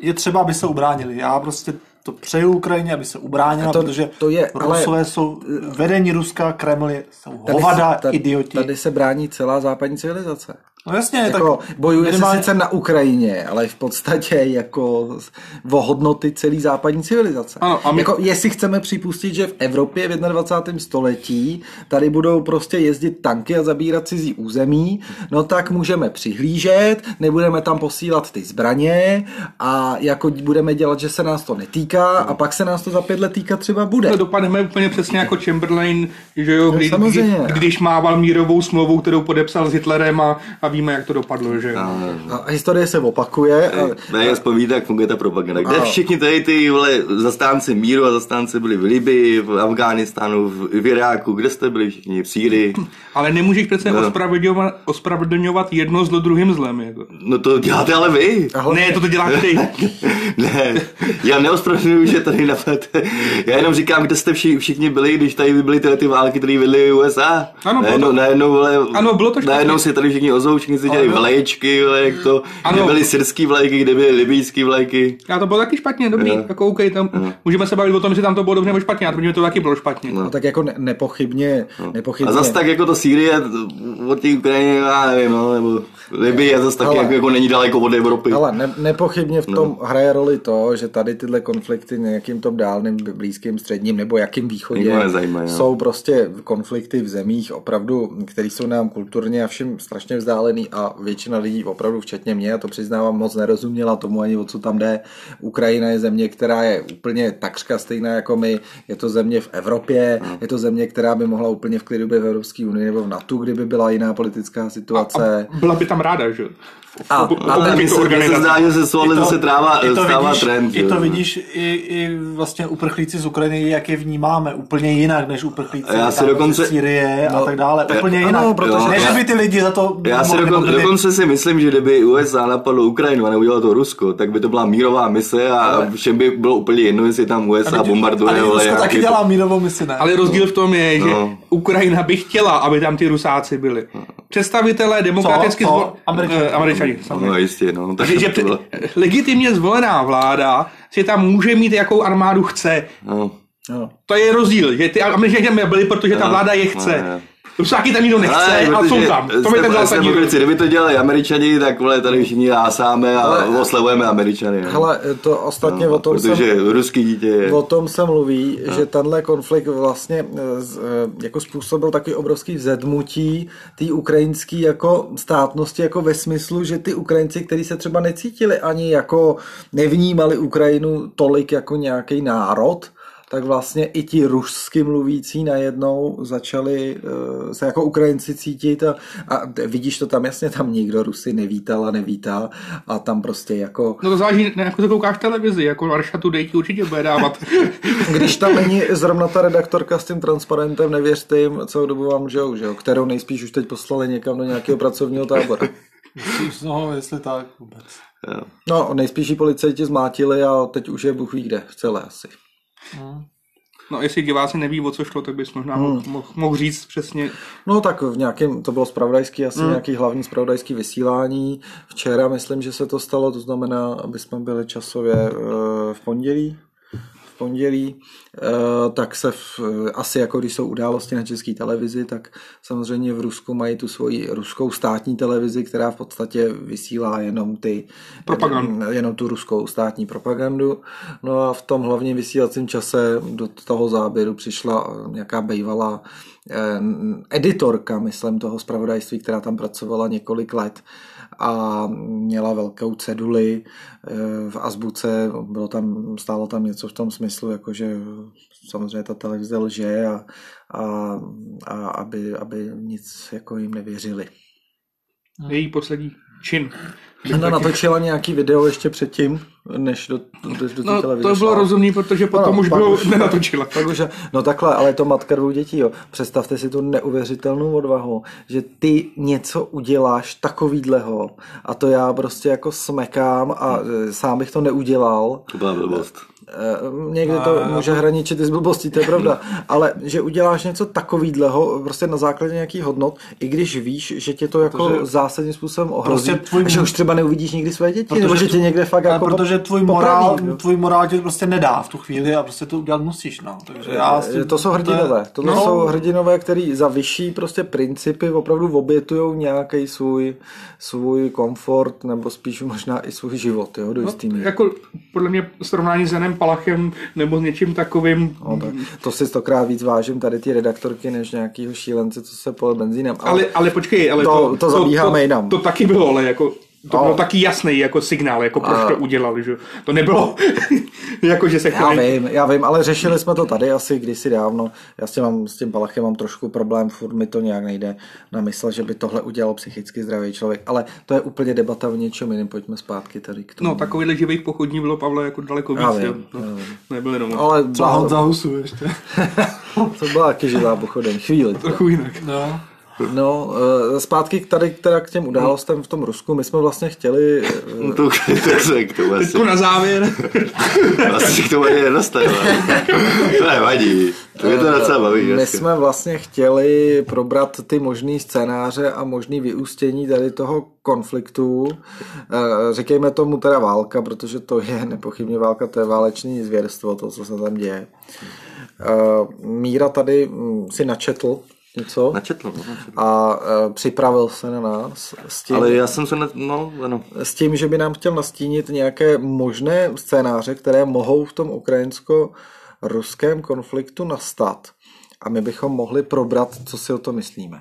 je třeba, aby se ubránili. Já prostě to přeju Ukrajině, aby se ubránila, A to- protože to je, ale- Eh, Rusové jsou, vedení Ruska, Kreml je- jsou hovada, se- ta- idioti. Tady se brání celá západní civilizace. no jasně, Jako, tak bojuje se minimálně- sice na Ukrajině, ale v podstatě jako s- o hodnoty celý západní civilizace. Ano, a my- jako, jestli chceme připustit, že v Evropě v 21. století tady budou prostě jezdit tanky a zabírat cizí území, no tak můžeme přihlížet, nebudeme tam posílat ty zbraně a jako budeme dělat, že se nás to netýká a pak se nás to za pět let týkat třeba bude. To dopadneme úplně přesně jako Chamberlain, že jo, No, kdy, samozřejmě. kdy, když mával mírovou smlouvu, kterou podepsal s Hitlerem a, a víme, jak to dopadlo, že jo. A historie se opakuje. A... Ne, aspoň víte, jak funguje ta propaganda. Kde všichni tady ty vole, zastánci míru a zastánci byli v Libii, v Afghánistánu, v, v Iráku, kde jste byli všichni, v Sýrii. Ale nemůžeš přece No. ospravedlňovat, ospravedlňovat jedno zlo druhým zlem. Jako. No to děláte ale (laughs) vy. A hlavně- Ne, to to děláš (laughs) ty. ne, já neospravedlňuji, že tady naplete. Já jenom říkám, kde jste vši, všichni byli, když tady byly tyhle ty války, které vedly USA. Ano, bylo najednou, to- najednou, vole, Ano, bylo to špatně. najednou si tady všichni ozvou, všichni si dělají vlaječky, vole, jak to, kde Ano. byly syrský vlajky, kde byly libijský vlajky. Já to bylo taky špatně, dobrý. Jo. Jako, OK, tam, No. můžeme se bavit o tom, že tam to bylo dobře nebo špatně, a to mě to taky bylo špatně. No, tak jako ne- nepochybně, nepochybně. A zase tak jako to Sýrie t- od té Ukrajiny, já nevím, no, nebo Libie zase taky Hele. jako, jako, není daleko od Evropy. Ale ne, nepochybně v tom hraje roli to, že tady tyhle konflikty nějakým tom dálným, blízkým, středním nebo jakým východě Nikoho nezajímají, jo. jsou prostě konflikty v zemích opravdu, které jsou nám kulturně a všem strašně vzdálený a většina lidí opravdu, včetně mě, já to přiznávám, moc nerozuměla tomu ani o co tam jde. Ukrajina je země, která je úplně takřka stejná jako my, je to země v Evropě, je to země, která by mohla úplně v klidu být v Evropské unii nebo v NATO, kdyby byla jiná politická situace. Byla by tam ráda, že jo. A- Pokud- a- pokud a- je Mně to se, mně se organizace. zdá, že se I tohle to- zase trává, i to stává vidíš, trend. I jo. to vidíš, i, i vlastně uprchlíci z Ukrajiny, jak je vnímáme, úplně jinak než uprchlíci A já si tam dokonce- z Syrie a tak dále. Úplně No. ano, jinak. protože- ne, Jo, že já- by ty lidi za to... Já si mohli- dokon, mohli by- dokonce si myslím, že kdyby USA napadlo Ukrajinu a neudělalo to Rusko, tak by to byla mírová mise a všem by bylo úplně jedno, jestli tam USA Ale- bombarduje. Ale vole, Rusko jak taky je to- dělá mírovou misi, ne? Ale rozdíl v tom je, že No. Ukrajina by chtěla, aby tam ty rusáci byli. Představitelé demokraticky Co? zvol... Američani. Eh, Američani samozřejmě. No jistě, no. Tak (laughs) že, že to před- bylo. legitimně zvolená vláda si tam může mít, jakou armádu chce. No. No. To je rozdíl, že ty američané tam byli, protože ta No, vláda je no, no. chce. Rusáky tam nikdo nechce, ale, jsou protože tam. To jste- je ten jste zásadní pokrytci. kdyby to dělali američani, tak vole, tady všichni rásáme a Ale- oslavujeme američany. no. Hele, to ostatně o tom jsem Protože ruský dítě je... No. O tom se mluví, že tenhle konflikt vlastně eh, z- eh, jako způsobil takový obrovský vzedmutí té ukrajinské jako státnosti, jako ve smyslu, že ty Ukrajinci, kteří se třeba necítili ani jako nevnímali Ukrajinu tolik jako nějaký národ, tak vlastně i ti rusky mluvící najednou začali eh, se jako Ukrajinci cítit a, a vidíš to tam jasně, tam nikdo Rusy nevítal a nevítá a tam prostě jako No to záleží, na jakou to koukáš televizi, jako Arša tu dejti určitě (laughs) bude dávat. Když tam není zrovna ta redaktorka s tím transparentem, nevěřte jim, celou dobu vám žijou, že jo? kterou nejspíš už teď poslali někam do nějakého pracovního tábora. No, jestli tak vůbec. Jo. No, nejspíš ji policajti zmátili a teď už je Bůh ví kde, v celé asi. No, jestli diváci neví, o co šlo, tak bys možná mohl Hmm. mohl- mohl říct přesně. No tak v nějakém, to bylo spravodajský, asi mm. nějaký hlavní spravodajský vysílání. Včera myslím, že se to stalo, to znamená, aby jsme byli časově eh, v pondělí. V pondělí, eh, tak se v, asi jako když jsou události na české televizi, tak samozřejmě v Rusku mají tu svoji ruskou státní televizi, která v podstatě vysílá jenom ty Propagandu. jenom tu ruskou státní propagandu. No a v tom hlavním vysílacím čase do toho záběru přišla eh, nějaká bejvalá eh, editorka, myslím, toho zpravodajství, která tam pracovala několik let a měla velkou ceduli eh, v azbuce, bylo tam, stálo tam něco v tom smyslu, jakože samozřejmě ta televize lže a, a, a aby, aby nic jako jim nevěřili. Její poslední čin. Ona natočila nějaký video ještě předtím, než do, do, do té No, televize to bylo šla. rozumný, protože potom Ano, už pak bylo už- nenatočila. (laughs) Pak už, no takhle, ale je to matka dvou dětí, jo. Představte si tu neuvěřitelnou odvahu, že ty něco uděláš takovýhleho a to já prostě jako smekám a eh, sám bych to neudělal. To byla blbost. Eh, Někdy to může hraničit i s blbostí, to je (laughs) pravda. Ale že uděláš něco takovýhleho, prostě na základě nějakých hodnot, i když víš, že tě to jako Protože- zásadním způsobem ohrozí, Prostě tvůj- že už třeba neuvidíš nikdy své děti, Protože nebo že tv- tě někde fakt Ale jako po- protože tvůj morál, popraví, jo. tvůj morál tě prostě nedá v tu chvíli a prostě to udělat musíš, no. Takže já s Eh, tím, To jsou hrdinové. To no. jsou hrdinové, který za vyšší prostě principy opravdu obětují nějaký svůj, svůj komfort nebo spíš možná i svůj život, jo, No, do jistý míry. Jako podle mě srovnání s Janem Palachem nebo s něčím takovým, No, tak to si stokrát víc vážím tady ty redaktorky, než nějakýho šílence, co se pole benzínem. Ale, ale počkej, ale To- to, to zabíháme to, jinam. To, to taky bylo, ale jako, to No. bylo taky jasný jako signál, jako proč to udělali, že jo. To nebylo, (laughs) jako že se Já chtěli... vím, já vím, ale řešili jsme to tady asi kdysi dávno. Já s tím, mám, s tím Palachem mám trošku problém, furt mi to nějak nejde na mysl, že by tohle udělal psychicky zdravý člověk. Ale to je úplně debata o něčem jiném, pojďme zpátky tady k tomu. No, takovýhle živých pochodní bylo, Pavle, jako daleko víc, Já jo. vím, No, já nebyl jenom ale co hod za husu ještě. To byla taky žilá pochodem, chvíli. trochu jinak. No. No, eh, zpátky k tady teda k těm událostem v tom Rusku. My jsme vlastně chtěli... eh, No to, to se k tomu asi, Teďko na závěr, asi k tomu ani nedostane. To nevadí. To mě to docela baví. Eh, My hezky. jsme vlastně chtěli probrat ty možný scénáře a možný vyústění tady toho konfliktu. Eh, Říkejme tomu teda válka, protože to je nepochybně válka, to je váleční zvěrstvo, to, co se tam děje. Eh, Míra tady mm, si načetl něco Načetl, no, načetl. a eh, připravil se na nás s tím, Ale já jsem se ne... No, ano. s tím, že by nám chtěl nastínit nějaké možné scénáře, které mohou v tom ukrajinsko-ruském konfliktu nastat. A my bychom mohli probrat, co si o to myslíme.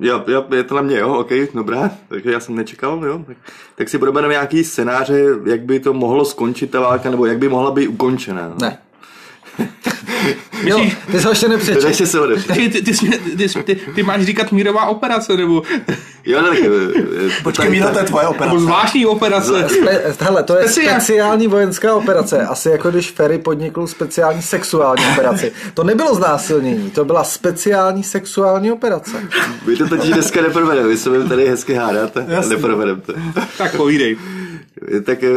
Jo, jo, je to na mě, jo, ok, dobrá, takže já jsem nečekal, jo. Tak, tak si budeme na nějaký scénáře, jak by to mohlo skončit ta válka, nebo jak by mohla být ukončená. Ne. jo, ty jsi ještě nepřečetl. Takže se ho nepři- ty, ty, ty, jsi mě- ty, jsi- ty, ty, máš říkat mírová operace, nebo, Jo, ne, tak, eh, Počkej, Míro, to je tvoje nebo operace. zvláštní operace. Spe- Hele, to je Speciál. speciální vojenská operace. Asi jako když Ferry podnikl speciální sexuální operaci. To nebylo znásilnění, to byla speciální sexuální operace. Vy to totiž dneska neprovedeme, vy se mi tady hezky hádáte, Jasně. neprovedeme to. Tak povídej. Tak eh,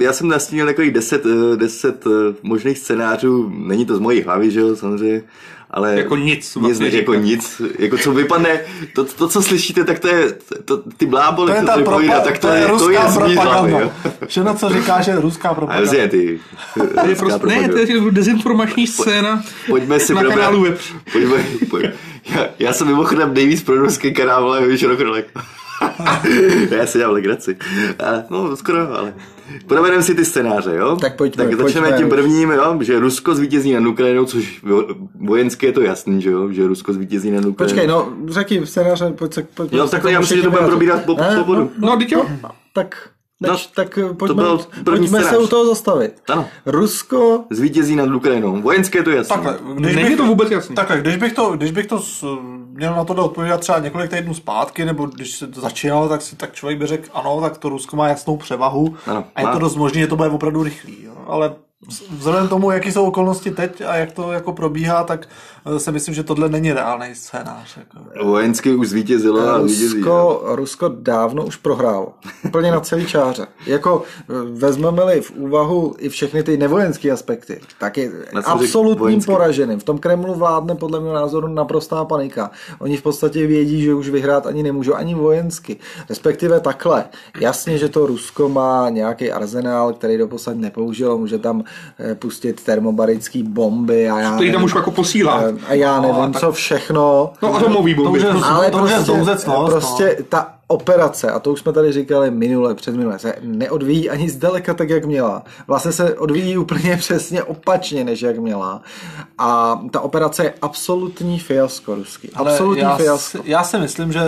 já jsem nastínil takových 10, 10 eh, možných scénářů, není to z mojí hlavy, že jo, samozřejmě, ale... Jako nic nic vlastně ne, jako říkat. nic, jako co vypadne, to, to co slyšíte, tak to je, to, ty bláboli, To je co ta tady povídá, tak propa- to, je, to ruská je z mý hlavy, propaganda. jo. Všechno, co říkáš, je ruská A propaganda. vždy je ty. To je ruská prostě, ne, propaganda. to je dezinformační scéna Pojďme si na probrat- kanálu web. Pojďme, pojďme. Já, já jsem mimochodem nejvíc pro ruský kanál, ale víš, rokrolek. (laughs) já si dělám legraci. A, no, skoro, ale... Provedeme si ty scénáře, jo? Tak pojďme, Tak začneme pojďme. tím prvním, jo? že Rusko zvítězí nad Ukrajinou, což vo- vojensky je to jasný, že jo? Že Rusko zvítězí nad Ukrajinou. Počkej, no, řekni scénáře, pojď se... Pojď, Jo, takhle já myslím, že to budeme probírat po, Ne, po bodu. No, teď jo. Tak, než, No, tak eh, pojďme, byl první pojďme se scénář. u toho zastavit. Ano. Rusko, Zvítězí nad Ukrajinou. Vojenské je to jasné. Takhle, když Není bych, to vůbec jasný. Takhle, když bych to, když bych to s, měl na to odpovídat třeba několik týdnů zpátky, nebo když se to začínalo, tak, si, tak člověk by řekl, ano, tak to Rusko má jasnou převahu Ano, a je má. to dost možné, že to bude opravdu rychlý. Jo. Ale vzhledem k tomu, jaký jsou okolnosti teď a jak to jako probíhá, tak eh, si myslím, že tohle není reálný scénář. Jako. Vojensky už zvítězilo a vítězí. jo. Rusko, Rusko dávno už prohrálo. Úplně na celý čáře. Jako eh, vezmeme-li v úvahu i všechny ty nevojenské aspekty, tak je Já jsem řekl absolutním vojenský. poraženým. V tom Kremlu vládne podle mého názoru naprostá panika. Oni v podstatě vědí, že už vyhrát ani nemůžou, ani vojensky. Respektive takhle. Jasně, že to Rusko má nějaký arzenál, který doposud nepoužilo. Může tam eh, pustit termobarické bomby a já Který tam nevím- už jako posílá. eh, a já nevím, co všechno. No atomový to bomby. už je- Ale to už je prostě, souzecnost, prostě ta operace, a to už jsme tady říkali minule, předminule, se neodvíjí ani zdaleka tak, jak měla. Vlastně se odvíjí úplně (laughs) přesně opačně, než jak měla. A ta operace je absolutní fiasko ruský. Absolutní já, fiasko. si- já si myslím, že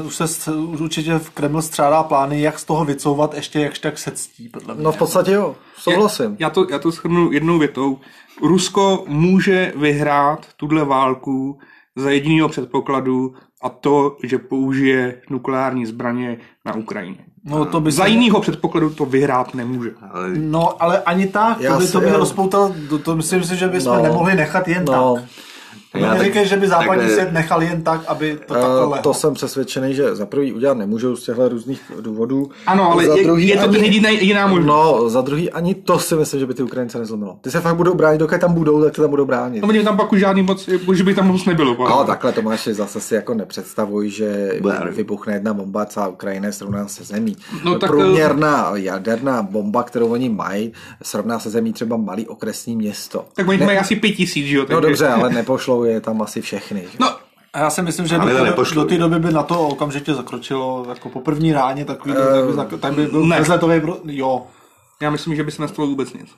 uh, už se s- už určitě v Kreml střádá plány, jak z toho vycouvat ještě jakž tak se ctí, podle mě. No v podstatě jo, souhlasím. Já to, já to shrnu jednou větou. Rusko může vyhrát tuhle válku za jediného předpokladu a to, že použije nukleární zbraně na Ukrajině. no to by Za jiného předpokladu to vyhrát nemůže. Ale No, ale ani tak, Já to by, si- to by já- rozpoutal, to, to myslím si, že bychom No. nemohli nechat jen No, tak. Já No, tak- Neříkej, že by západní takhle- svět nechal jen tak, aby to eh, takhle to jsem přesvědčený, že za prvý udělat nemůžou z těchto různých důvodů. Ano, ale za je- druhý je to ten jediný- jediná možnost. No, za druhý ani to si myslím, že by ty Ukrajince nezlomilo. Ty se fakt budou bránit, dokud tam budou, tak se tam budou bránit. No, oni tam pak už žádný moc, že by tam moc nebylo. pak. Ale takhle Tomáši zase si jako nepředstavuj, že Bude armie. vybuchne jedna bomba, celá Ukrajina je srovná se zemí. No tak- Průměrná jaderná bomba, kterou oni mají, srovná se zemí třeba malý okresní město. Tak oni mají asi pět tisíc, že jo? No takže- dobře, ale nepošlou je tam asi všechny. že? No, A já si myslím, že do Ale to té, nepošlu. do té doby by na to okamžitě zakročilo, jako po první ráně takový, tak by, zak- tak by byl ne. bezletový, bro... jo, já myslím, že by se nestalo vůbec nic.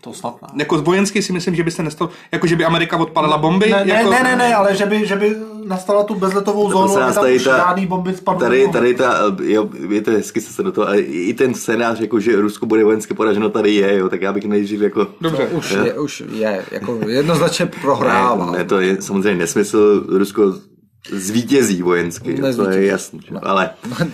to snad ne. Jako vojensky si myslím, že by se nestalo, jako že by Amerika odpalila bomby. Ne, jako... ne, ne, ne, ne, ale že by, že by nastala tu bezletovou zónu, Prosím aby vás, tam tady už ta- žádný bomby spadly. Tady, tady ta, eh, jo, je to hezky se do toho, ale i i ten scénář, jako že Rusko bude vojensky poraženo, tady je, jo, tak já bych nejdřív jako... Dobře. To Už je, už je, jako jednoznačně prohrává. Ne, ne, to je samozřejmě nesmysl, Rusko zvítězí vojensky, jo, to je Nezvítězí. jasné, no. ale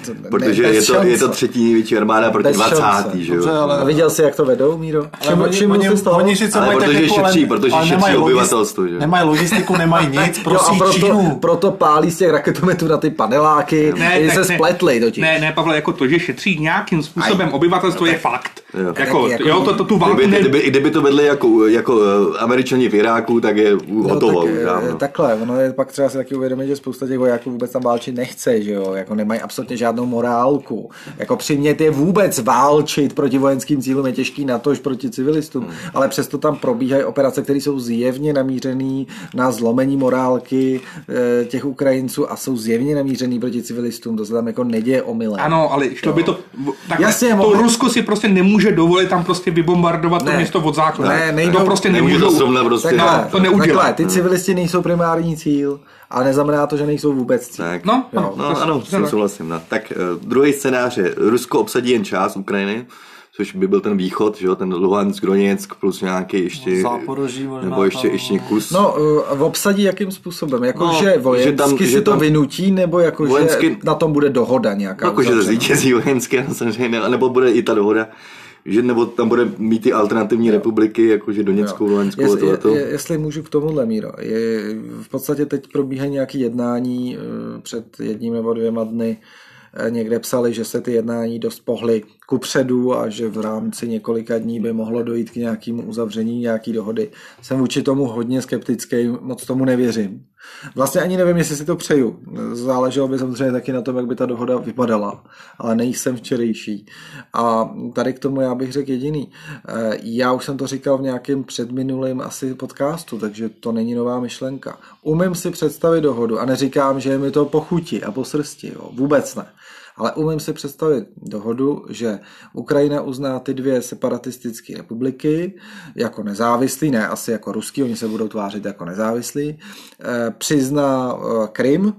to ne- protože bez je to, je to šance. třetí největší armáda proti Bez šance. 20. že jo. Dobře, ale- A viděl jsi, jak to vedou, Míro? Čemu, oni, čemu oni, si z toho? oni sice Ale mají protože techniku, ale- šetří, protože ale šetří nemají logis- obyvatelstvo, že? Nemají logistiku, nemají (laughs) nic, Jo, a prosí proto, Čínu. proto pálí z těch raketometů na ty paneláky, Ne, ne, tak se ne. spletli totiž. No Ne, ne, Pavle, jako to, že šetří nějakým způsobem obyvatelstvo, je fakt. Jo. Jako, Tak jako- jo, to, to tu válku Kdyby, ne... kdyby, kdyby to vedli jako, jako eh, američani v Iráku, tak je hotovo tak, už eh, dávno. Takhle, ono je pak třeba si taky uvědomit, že spousta těch vojáků vůbec tam válčit nechce, že jo, jako nemají absolutně žádnou morálku. Jako přimět je vůbec válčit proti vojenským cílům je těžký na tož proti civilistům, ale přesto tam probíhají operace, které jsou zjevně namířené na zlomení morálky eh, těch Ukrajinců a jsou zjevně namířené proti civilistům, to se tam jako neděje omylem. Ano, ale šlo by to... Tak Jasně, to mohli- Rusko si prostě nemůže dovolit tam prostě vybombardovat to Ne. město od základu. Ne, nejdou- to prostě Nemůžu to nemůžou. srovnat prostě. Takhle, no. to neudělá. Takhle, ty civilisti nejsou primární cíl, ale neznamená to, že nejsou vůbec cíl. Tak. No, Jo. ano, No, to- ano, to- s tím souhlasím. No. Tak eh, druhý scénář je, Rusko obsadí jen část Ukrajiny, což by byl ten východ, že jo, ten Luhansk, Doněck plus nějaký ještě, No, Záporoží možná nebo ještě, tam, ještě kus. No, eh, obsadí jakým způsobem? Jako, No, že že vojensky tam- si že to tam- vynutí, nebo jako, že Vojensky- na tom bude dohoda nějaká? Jako, že to uzavřená? zvítězí vojenské, no, samozřejmě, ne, nebo bude i ta dohoda, že nebo tam bude mít ty alternativní republiky, jakože Doněckou, Luhanskou a Jestli, tohleto. je, jestli můžu k tomuhle, Míro. Je, v podstatě teď probíhá nějaké jednání eh, před jedním nebo dvěma dny. eh, Někde psali, že se ty jednání dost pohly kupředu a že v rámci několika dní by mohlo dojít k nějakému uzavření nějaké dohody. Jsem vůči tomu hodně skeptický, moc tomu nevěřím. Vlastně ani nevím, jestli si to přeju. Záleželo by samozřejmě taky na tom, jak by ta dohoda vypadala, ale nejsem včerejší. A tady k tomu já bych řekl jediný. Eh, Já už jsem to říkal v nějakém předminulém asi podcastu, takže to není nová myšlenka. Umím si představit dohodu a neříkám, že je mi to pochutí a po srsti, jo. vůbec ne. Ale umím si představit dohodu, že Ukrajina uzná ty dvě separatistické republiky jako nezávislí, ne asi jako ruský, oni se budou tvářit jako nezávislí, eh, přizná eh, Krym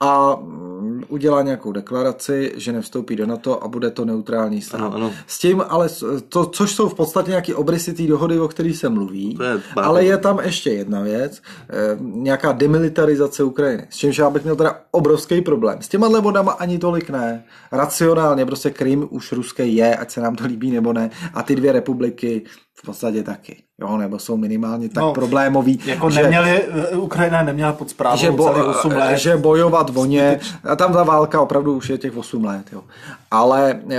a mm, udělá nějakou deklaraci, že nevstoupí do NATO a bude to neutrální stát. Ano, ano. S tím ale, s- to, což jsou v podstatě nějaké obrysy té dohody, o které se mluví, To je bárbaro. ale je tam ještě jedna věc, eh, nějaká demilitarizace Ukrajiny, s čímž já bych měl teda obrovský problém. S těma vodama ani tolik ne. Racionálně, prostě Krym už ruský je, ať se nám to líbí nebo ne. A ty dvě republiky v podstatě taky, jo, nebo jsou minimálně tak No, no, problémový, Jako že, neměli, Ukrajina neměla pod zprávou že, bo, eh, celých 8 let. že bojovat o ně, a tam ta válka opravdu už je těch 8 let, jo. Ale e,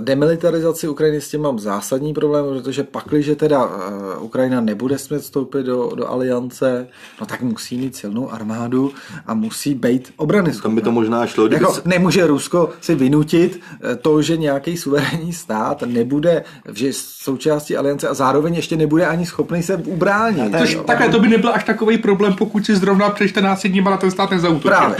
demilitarizaci Ukrajiny s tím mám zásadní problém, protože pakliže teda e, Ukrajina nebude smět vstoupit do, do aliance, no tak musí mít silnou armádu a musí být obrany Tam by to možná šlo, kdyby jako se... nemůže Rusko si vynutit eh, to, že nějaký suverénní stát nebude v že součástí aliance a zároveň ještě nebude ani schopný se ubránit. Což jo. takhle to by nebyl až takový problém, pokud si zrovna před 14 dní na ten stát (laughs) nezautočil. Právě.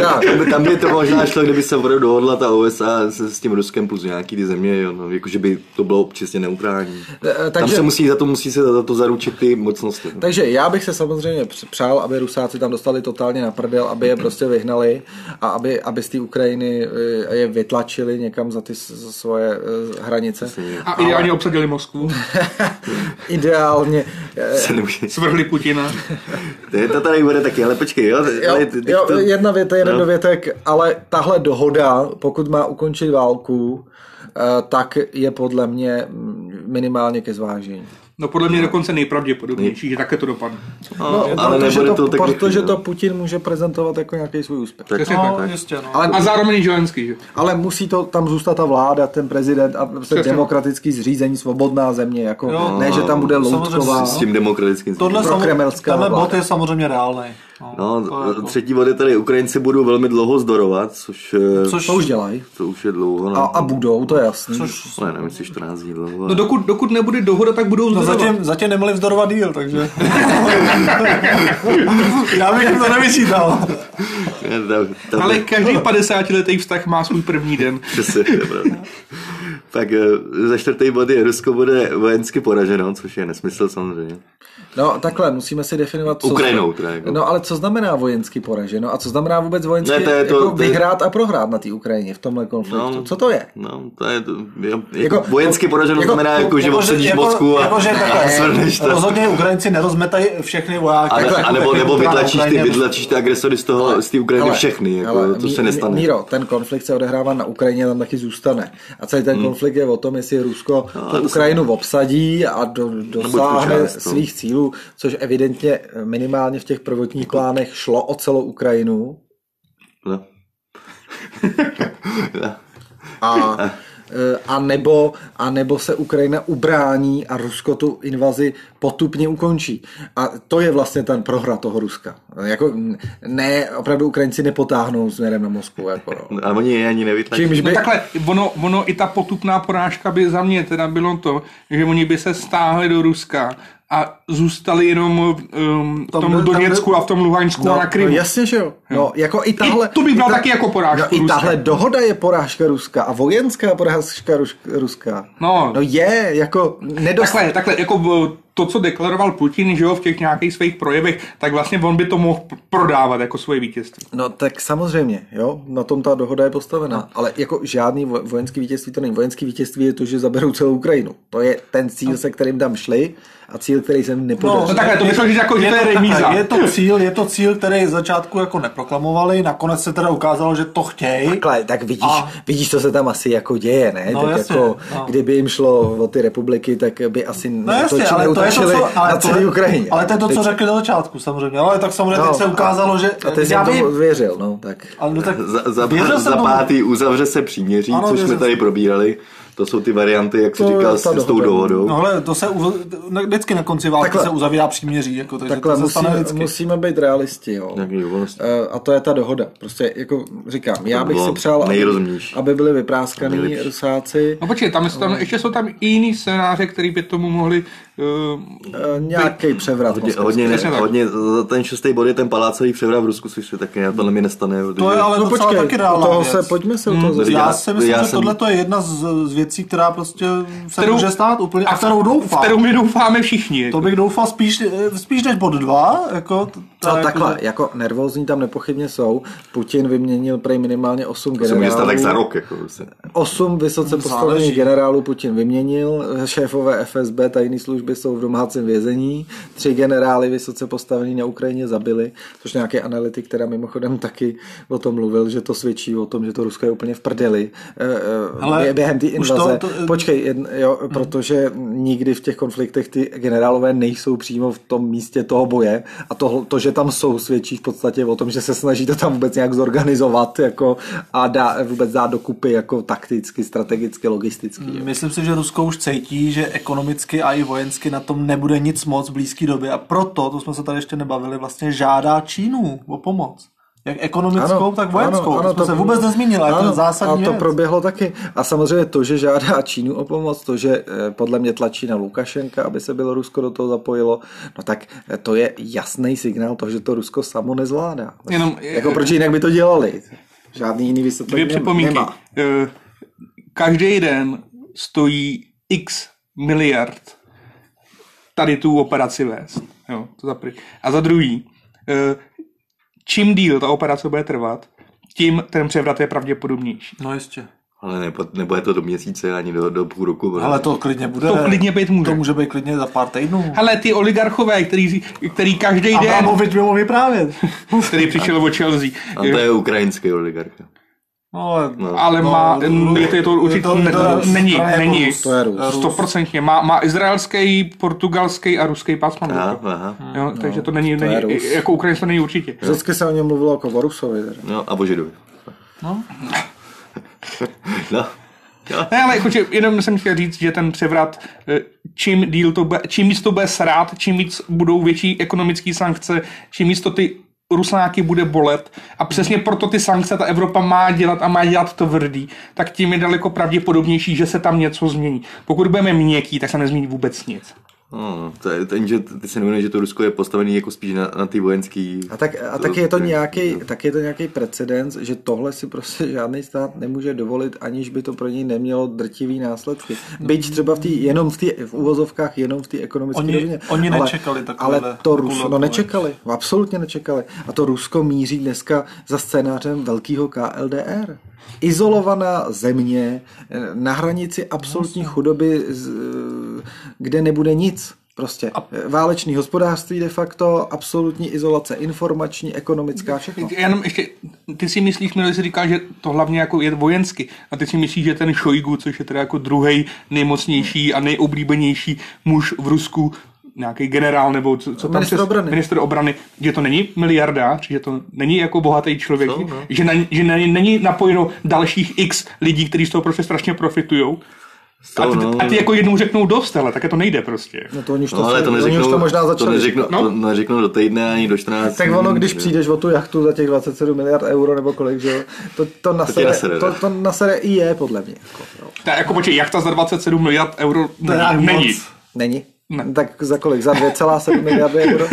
tak. Tam by- Tam by to možná šlo, kdyby se opravdu dohodla ta USA s, s tím Ruskem plus nějaký ty země, jo, no, jakože by to bylo čistě neutrální. Eh, Tam takže- se musí, za to musí se za to zaručit ty mocnosti. no. Takže já bych se samozřejmě př- přál, aby Rusáci tam dostali totálně na prdel, aby je prostě vyhnali a aby, aby z té Ukrajiny eh, je vytlačili někam za ty s- s- svoje eh, hranice. A ideálně obsadili Moskvu, Ideálně. eh, Se nemůže- svrhli Putina. Ty to tady bude taky, ale počkej, jo. Jo, (laughs) ale ty- ty- jo, to- No. jedna věta, jeden dovětek, ale tahle dohoda, pokud má ukončit válku, eh, tak je podle mě mm, minimálně ke zvážení. No podle mě dokonce nejpravděpodobnější, že takhle to dopadne. No, ale protože nebude to to, tak protože rychle, to no. Putin může prezentovat jako nějaký svůj úspěch. Tak- Přesně No, tak. jistě, no. Ale, A zároveň i Zelenský, že? ale musí to tam zůstat ta vláda, ten prezident a prostě Přesně. demokratický zřízení, svobodná země. Jako, Jo, no, ne, že tam bude samozřejmě loutková. S tím demokratickým. Tohle Pro samozřejmě, kremelská tenhle vláda. bod je samozřejmě reálný. No, to jako- třetí bod je tady, Ukrajinci budou velmi dlouho zdorovat, což, eh, což, To už dělají. to už je dlouho. A, No. a budou, to je jasný. což Ne, nevím, jestli 14 dní dlouho. No dokud, dokud nebude dohoda, tak No budou zdorovat. zatím, zatím neměli vzdorovat díl, takže... (laughs) Já bych jim to nevyčítal. Ne, tam- tam- Ale každý 50 letý vztah má svůj první den. Přesně, to je pravda. Tak eh, za čtvrtý bod je Rusko bude vojensky poraženo, což je nesmysl samozřejmě. No takhle, musíme si definovat, co... Ukrajinou teda, jako. No ale co znamená vojensky poraženo a co znamená vůbec vojensky Ne, to je to- jako to je- vyhrát a prohrát na té Ukrajině v tomhle konfliktu? No. Co to je? No, to je, to, jo, Jako- jako, vojensky poraženo jako- znamená, jako, že obsadíš Moskvu a, jakože jako, takhle, a svrhneš to. Rozhodně Ukrajinci nerozmetají všechny vojáky. A, Takhle, a nebo, tak, nebo jak na vytlačíš ty, Ukrajině. vytlačíš ty agresory z, toho, z té Ukrajiny všechny, jako, to Mí- se nestane. Mí- Míro, ten konflikt se odehrává na Ukrajině, tam taky zůstane. A celý ten konflikt je o tom, jestli Rusko no, Hmm. ale tu to se- Ukrajinu obsadí a do, dosáhne část, no. svých cílů, což evidentně minimálně v těch prvotních Jako- plánech šlo o celou Ukrajinu. No. (laughs) (laughs) A, eh, a, nebo, a nebo se Ukrajina ubrání a Rusko tu invazi potupně ukončí. A to je vlastně ten prohra toho Ruska. Jako, n- ne, opravdu Ukrajinci nepotáhnou směrem na Moskvu. Jako, no. A oni je ani nevytlačí. Čímž No by, takhle, ono, ono i ta potupná porážka by za mě teda bylo to, že oni by se stáhli do Ruska a zůstali jenom um, v Tam tom byl- tam Doněcku byl- a v tom Luhansku a na Krymu. No, jasně, že jo. No, jako i tahle, I to bych bral i taky jako porážku No, I Ruska. tahle dohoda je porážka Ruska a vojenská porážka Ruš- Ruska. No. no je, jako nedost... Takhle, takhle, jako eh, to, co deklaroval Putin, že jo, v těch nějakých svých projevech, tak vlastně on by to mohl p- prodávat jako svoje vítězství. No tak samozřejmě, jo, na tom ta dohoda je postavená, No. ale jako žádný vo- vojenský vítězství to není. Vojenský vítězství je to, že zaberou celou Ukrajinu. To je ten cíl, se kterým tam šli a cíl, který se jim nepodařil. No takhle, to bych chtěl říct jako, že to je remíza. takhle, Je to cíl, je to cíl, který z začátku jako neproklamovali, nakonec se teda ukázalo, že to chtějí. Takhle, tak vidíš, A- vidíš, co se tam asi jako děje, ne? No, tak jasně, jako, no. kdyby jim šlo o ty republiky, tak by asi No jasně, netočili, ale to je to, utočili co, ale na to, celé Ukrajině. ale to je to, Teď- co No, řekli na začátku samozřejmě, No, ale tak samozřejmě teď se ukázalo, že... A ty jsi já tomu vím, věřil, no, tak... ale no tak Za, za, věřil jsem za tomu. pátý uzavře se příměří, Ano, což věřil jsme tady jsem. probírali. To jsou ty varianty, jak jsi To je říkal, ta s, s tou dohoda. dohodou. No hele, to se uv... ne- vždycky na konci války Takhle. se uzavírá příměří, jako, takže Takhle to se stane musíme, vždycky. musíme být realisti, jo. Nějaký volnost. E, A to je ta dohoda. Prostě, jako říkám, já To bych bylo si přál, aby, nejrozumnější. aby byli vypráskaný rusáci. No počkej, tam, jsou- tam ještě jsou tam i jiný scénáře, který by tomu mohli... eh, E, Nějaký převrat. Hodně, moskevský. hodně, přesně ne, tak. hodně, za ten šestý bod je ten palácový převrat v Rusku, což se taky na tohle mi nestane. To je ale No docela počkej, taky u reálná toho věc. Hmm. se, pojďme se u toho zase. Já Já- si myslím, já že jsem- tohle to je jedna z, z věcí, která prostě se Kterou- může stát úplně a kterou v doufám. kterou my doufáme všichni. To bych doufal spíš, eh, spíš než bod 2, jako, t- co, takhle, jako, jako nervózní tam nepochybně jsou. Putin vyměnil prej minimálně 8 To se může stát generálů. tak za rok. Jako, prostě. Osm vysoce postavených generálů Putin vyměnil, šéfové FSB tajné služby jsou v domácím vězení, tři generály vysoce postavení na Ukrajině zabili, což nějaký analytik, teda mimochodem taky o tom mluvil, že to svědčí o tom, že to Rusko je úplně v prdeli Ale Ale během té už to- invaze. to- Počkej, jedn, jo, protože nikdy v těch konfliktech ty generálové nejsou přímo v tom místě toho boje a to, to že tam jsou, svědčí v podstatě o tom, že se snaží to tam vůbec nějak zorganizovat jako, a dá, vůbec dát dokupy jako takticky, strategicky, logisticky. jo. Myslím si, že Rusko už cítí, že ekonomicky a i vojensky na tom nebude nic moc v blízké době a proto, to jsme se tady ještě nebavili, vlastně žádá Čínu o pomoc. Jak ekonomickou, tak vojenskou. Ano, to jsme se vůbec nezmínili, ale to je zásadní A to věc. proběhlo taky. A samozřejmě to, že žádá Čínu o pomoc, to, že eh, podle mě tlačí na Lukašenka, aby se Bělorusko do toho zapojilo, no tak eh, to je jasný signál toho, že to Rusko samo nezvládá. Jenom- eh, jako proč jinak by to dělali? Žádný jiný vysvětlení Dvě nem- připomínky. nemá. Eh, Každý den stojí x miliard tady tu operaci vést. Jo, to za prvý. A za druhý, eh, čím díl ta operace bude trvat, tím ten převrat je pravděpodobnější. No jistě. Ale ne, nebude to do měsíce ani do, do půl roku. protože- Ale to klidně bude. To klidně být může. To může být klidně za pár týdnů. Hele, ty oligarchové, který, který každý den, Abramovič by mohl vyprávět. který přišel (laughs) od Chelsea, A to je ukrajinský oligarcha. No, ale... No. ale No, má, Rus. je to, je to určitě, To- to- ne- to- není, to je není, Rus, to je Rus. stoprocentně, má, má izraelský, portugalský a ruský pás má Aha, Rusko. aha. Jo, takže to není, to je není Rus. jako Ukrajince to není určitě. Vždycky se o něm mluvilo jako o Rusovi. Teda. No a o Židovi. No. (laughs) No. Ne, ale jako, že jenom jsem chtěl říct, že ten převrat, eh, čím, díl to bude, čím víc to bude srát, čím víc budou větší ekonomické sankce, čím víc to ty Rusnáky bude bolet a přesně proto ty sankce ta Evropa má dělat a má dělat tvrdý, tak tím je daleko pravděpodobnější, že se tam něco změní. Pokud budeme měkký, tak se nezmění vůbec nic. No, to je ten, že ty se neuvědomuješ, že to Rusko je postavený jako spíš na, na ty vojenský... A, tak, a taky je to nějaký, taky je to nějaký precedens, že tohle si prostě žádný stát nemůže dovolit, aniž by to pro něj nemělo drtivý následky. Byť třeba v té jenom v, té v úvozovkách, jenom v té ekonomické Mm. Oni- rovině. oni ale, nečekali takovýhle- Ale to takovou Rusko, no odpověď. nečekali, absolutně nečekali. A to Rusko míří dneska za scénářem velkého KLDR. Izolovaná země eh, na hranici absolutní chudoby, z- eh, kde nebude nic. Prostě Eh, válečný hospodářství de facto, absolutní izolace informační, ekonomická, všechno. Jenom ještě, ty si myslíš, Milo, jsi říkal, že to hlavně jako je vojensky. A ty si myslíš, že ten Šojgu, což je teda jako druhý nejmocnější a nejoblíbenější muž v Rusku, nějaký generál nebo co, co tam Ministr přes- obrany. ministr obrany, že to není miliardář, že to není jako bohatý člověk, že, No. že, na, že na, ně není napojeno dalších x lidí, kteří z toho prostě strašně profitují. A ty, no. a ty jako jednou řeknou dost, ale také to nejde prostě. No to oni už to, No, ale to oni neřeknou, už to možná to začali. neřeknou, No. to neřeknou do týdne ani do 14 Tak ono, dní, když že- přijdeš o tu jachtu za těch 27 miliard euro nebo kolik, že jo, to, to, nasere, to, nasere, to, ne? to nasere i je, podle mě. Jako, jo. Tak jako počkej, jachta za 27 miliard euro nějak není. není. moc. Není? Ne. Tak za kolik? Za 2,7 miliardy euro?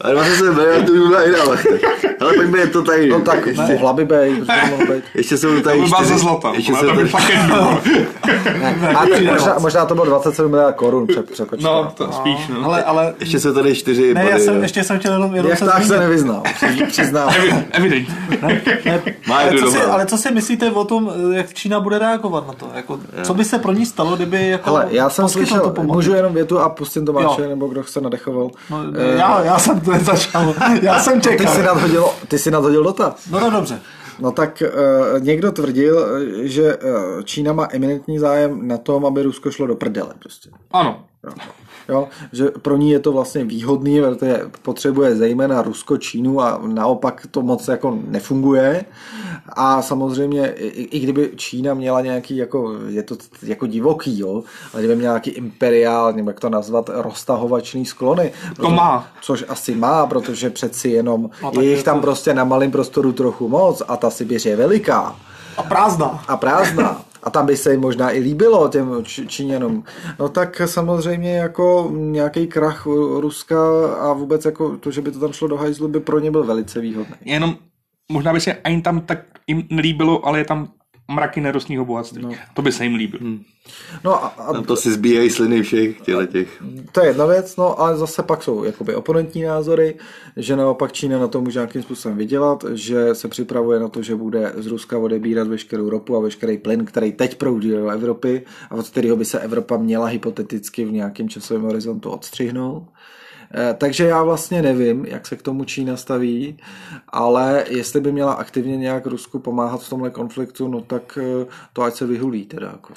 A 27 miliard to už byla jiná lachta. Ale pojďme je to tady. No tak ještě, mohla by být, to mohlo být. ještě jsou tady To by byla čtyři- ze zlata. Ještě ale jsou to by tady, fakt jedno. (laughs) Ne. A možná, no. možná to bylo 27 miliard korun před překočka. No, to spíš, no. Ale, ale... ještě jsou tady čtyři Ne, body. já jsem, no. ještě jsem chtěl jenom... jenom Jak se tak se zmínit. nevyznal, při- přiznám. Evi- Evidentně. (laughs) Má Ale jdu co, si, doma. ale co si myslíte o tom, eh, jak Čína bude reagovat na to? Jako, co by se pro ní stalo, kdyby jako Hele, já jsem poskytla slyšel, tu pomoc? můžu jenom větu a pustím Tomáše, Jo. nebo kdo se nadechoval. No, ne, já, já jsem to nezačal. (laughs) Já jsem Ty čekal. jsi nadhodil, ty jsi nadhodil dotaz. No, no dobře. No tak eh, někdo tvrdil, eh, že eh, Čína má eminentní zájem na tom, aby Rusko šlo do prdele prostě. Ano. Jo, že pro ní je to vlastně výhodný, protože potřebuje zejména Rusko, Čínu a naopak to moc jako nefunguje. A samozřejmě, i, i kdyby Čína měla nějaký, jako, je to t- jako divoký, jo, ale kdyby měla nějaký imperiál, nebo jak to nazvat, roztahovačný sklony. To má. No, Což asi má, protože přeci jenom je jich tam prostě na malém prostoru trochu moc a ta Sibiř je veliká A prázdná. a prázdná. A tam by se jim možná i líbilo těm Č- Číňanům. No tak samozřejmě jako nějaký krach Ru- Ruska a vůbec jako to, že by to tam šlo do hajzlu, by pro ně byl velice výhodný. Jenom možná by se ani tam tak jim nelíbilo, ale je tam mraky nerostního bohatství. No. To by se jim líbilo. Hmm. No a, a Tam to si zbíjejí sliny všech těle těch. to je jedna věc, no ale zase pak jsou jakoby oponentní názory, že naopak Čína na to může nějakým způsobem vydělat, že se připravuje na to, že bude z Ruska odebírat veškerou ropu a veškerý plyn, který teď proudí do Evropy a od kterého by se Evropa měla hypoteticky v nějakém časovém horizontu odstřihnout. Eh, Takže já vlastně nevím, jak se k tomu Čína staví, ale jestli by měla aktivně nějak Rusku pomáhat v tomhle konfliktu, no tak eh, to ať se vyhulí teda. Jako.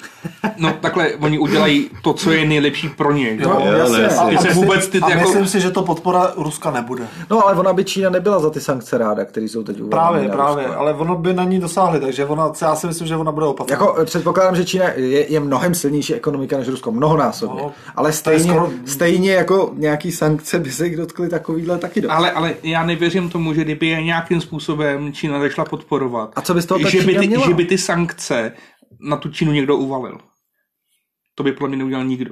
No takhle oni udělají to, co je nejlepší pro ně. že? No, Jo, jasně. jasně. A- Ty se myslím- vůbec ty a jako- myslím si, že to podpora Ruska nebude. No ale ona by Čína nebyla za ty sankce ráda, které jsou teď uvolněny Právě, na právě, Rusko. ale ono by na ní dosáhli, takže ona, já si myslím, že ona bude opatrná. Jako eh, předpokládám, že Čína je, je mnohem silnější ekonomika než Rusko, mnohonásobně. No, ale to je stejně, skoro... skoro- stejně jako nějaký sankce by se jich dotkly takovýhle taky do. Ale, ale já nevěřím tomu, že kdyby je nějakým způsobem Čína začala podporovat. A co by z toho ta že by, Čína ty, měla? že by ty sankce na tu Čínu někdo uvalil. To by podle mě neudělal nikdo.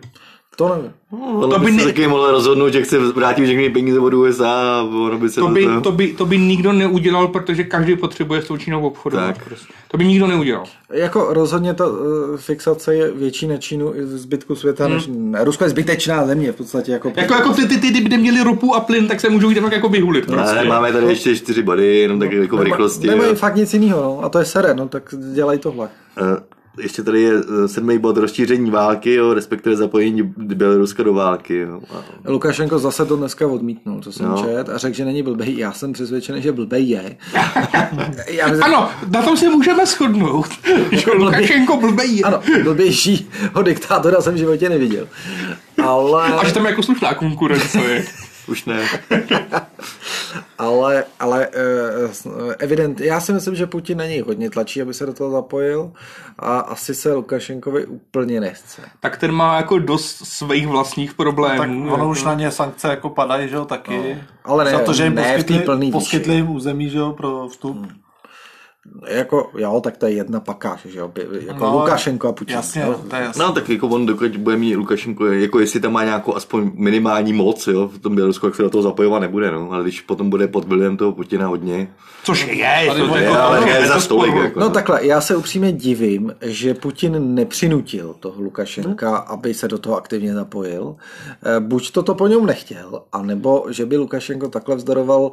To nevím. Ono To by by se ne- taky mohla rozhodnout, že chce vrátit všechny peníze od USA a ono by se To by, to- to, by, to by nikdo neudělal, protože každý potřebuje s tou Čínou obchodovat. Tak. Prostě. To by nikdo neudělal. Jako rozhodně ta uh, fixace je větší na Čínu i v zbytku světa, než ne, Rusko je zbytečná země v podstatě. Jako, Jako, jako ty, ty, ty, kdyby měli ropu a plyn, tak se můžou jít tak jako vyhulit. Ne, Prostě. máme tady ještě čtyři body, jenom No, tak jako v rychlosti. Nemají jo. fakt nic jiného, no, a to je sere, no, tak dělají tohle. Eh, Ještě tady je eh, sedmý bod rozšíření války, jo, respektive zapojení Běloruska do války. Jo. A- Lukašenko zase to dneska odmítnul, co jsem no. No. čet, a řekl, že není blbej. Já jsem přesvědčený, že blbej je. Já myslím, Ano, na tom se (laughs) můžeme shodnout. Že No, Lukašenko blbej. je. (laughs) Ano, blbějšího diktátora jsem v životě neviděl. Ale, A že tam je jako slušná konkurence je. Už ne. ale, ale eh, s- eh, evident, já si myslím, že Putin na něj hodně tlačí, aby se do toho zapojil a asi se Lukašenkovi úplně nechce. Tak ten má jako dost svých vlastních tak problémů. ono už na ně sankce jako padají, že jo, taky. No. Ale ne, Za to, že jim ne v té poskytli, plný výši. poskytli jim území, že jo, pro vstup. Jako, jo, tak to je jedna pakáž, že jo, by- jako No, Lukašenko a Putin. Jasně, jo. to je jasné. No tak jako on, dokud bude mít Lukašenko, jako jestli tam má nějakou aspoň minimální moc, jo, v tom Bělorusku, jak se do toho zapojovat nebude, no, ale když potom bude pod vlivem toho Putina hodně, Což je, to, je, jako, ale to ne to za stolik, sporu. jako, No takhle, já se upřímně divím, že Putin nepřinutil toho Lukašenka, aby se do toho aktivně zapojil. Eh, Buď to to po něm nechtěl, anebo že by Lukašenko takhle vzdoroval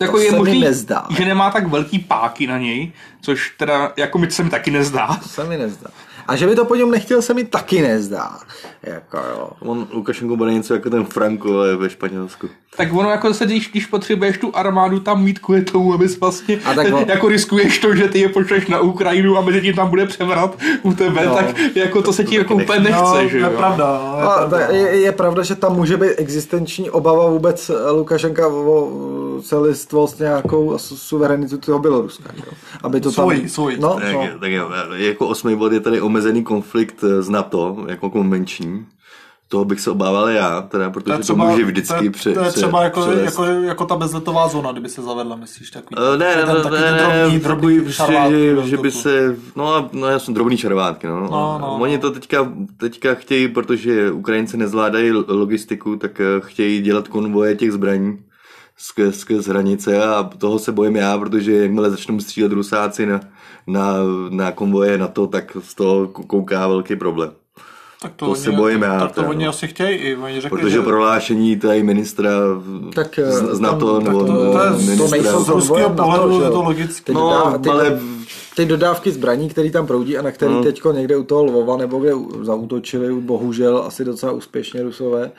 Jako to je se mi možný, nezdá. že nemá tak velký páky na něj, což teda jako mi se mi taky nezdá. se mi nezdá. A že by to po něm nechtěl, se mi taky nezdá. Jako jo. on Lukašenko bude něco jako ten Franco ale ve Španělsku. Tak ono jako se, když, když potřebuješ tu armádu tam mít kvůli tomu, abys vlastně A tak on- jako riskuješ to, že ty je pošleš na Ukrajinu a mezi tím tam bude převrat u tebe, no, tak jako to se ti jako úplně nechce, no, že to jo. je pravda, no, je A pravda. ta- je, je pravda, že tam může být existenční obava vůbec eh, Lukašenka o eh, celistvost nějakou a su- suverenitu toho Běloruska. že jo. Aby to Svoji, tam... svoji. No, Tak, no. tak jo, jako osmý bod je tady omezený konflikt eh, s NATO, jako konvenční. Toho bych se obával já, teda, protože to, může vždycky to, je- pře, to je třeba pře- jako, převést. jako, jako, ta bezletová zóna, kdyby se zavedla, myslíš, takový. Eh, Ne, ne, ten ne, taky ne, ten ne, drobný- ne drobný takový prostě, šarvátky že, do že by vzduchu. se, no, a- no já jsem drobný červátky, no. No, no, Oni no. to teďka, teďka chtějí, protože Ukrajinci nezvládají l- logistiku, tak eh, chtějí dělat konvoje těch zbraní skrz, skrz hranice a toho se bojím já, protože jakmile začnou střílet rusáci na, na, na konvoje na to, tak z toho k- kouká velký problém. Tak to oni- se bojím já, Tak to teda, oni no. asi chtějí, i oni řekli, Protože že- prohlášení tady ministra v- Tak, eh, z, z NATO, tam- nebo tak to- to je- to ministra. nejsou z ruského Na to, pohledu, že je jo. to logické. No, ale- Hmm. ty dodávky zbraní, které tam proudí a na který no. teďko někde u toho Lvova nebo kde u- zautočili, bohužel asi docela úspěšně rusové,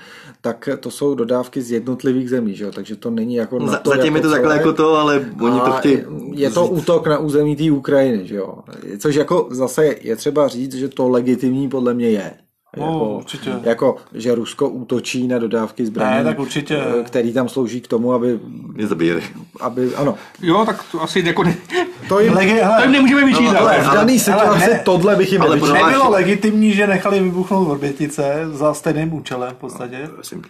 tak to jsou dodávky z jednotlivých zemí, že jo? takže to není jako na No, Za- to, Zatím je to takhle jako to, ale oni to a chtějí... Je to útok na území té Ukrajiny, že jo? Což jako zase je třeba říct, že to legitimní podle mě je. No, určitě. jako, že Rusko útočí na dodávky zbraní, Ne, tak určitě. eh, který tam slouží k tomu, aby, Mě zabíjeli. aby ano, Jo, tak to asi jako ne, to jim, Legi- hele, to jim nemůžeme vyčítat. ale v ale- dané situaci ne. tohle bych jim Ale nevyčítal. prohlášení- Nebylo legitimní, že nechali vybuchnout Vrbětice za stejným účelem v podstatě. Prosím tě.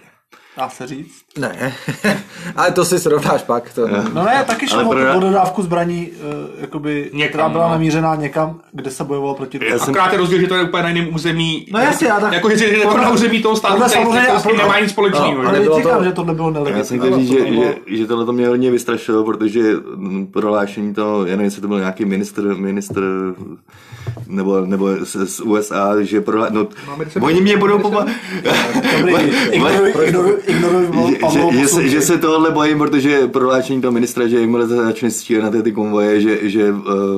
Dá se říct. Ne, (laughs) ale to si srovnáš pak. To. No ne, taky šlo Ale o pro- tu dodávku zbraní, eh, jakoby, Někam, která byla no. namířená někam, kde se bojovalo proti Já jsem- Akorát je rozdíl, že to je úplně na jiném území. No jasně, já tak- Jako, že si jako Podle- na území toho státu, podle který samozřejmě- to s tím podle- No, nemá nic společného. ale že? Ale nebylo říkám, to- že to nebylo Já jsem nelegální. chtěl ale říct, to že, bylo- že, že tohle to mě hodně vystrašilo, protože mm, prohlášení to, já nevím, jestli to byl nějaký minister, minister nebo, nebo z, z USA, že prohlá... no, minister- oni mě budou pomáhat. Dobrý, ignoruj- ignoruj- ignoruj Pavlovo že, že, se- posunutí. že se tohle bojím, protože prohlášení toho ministra, že jakmile se začne stíhat na ty konvoje, že, že eh,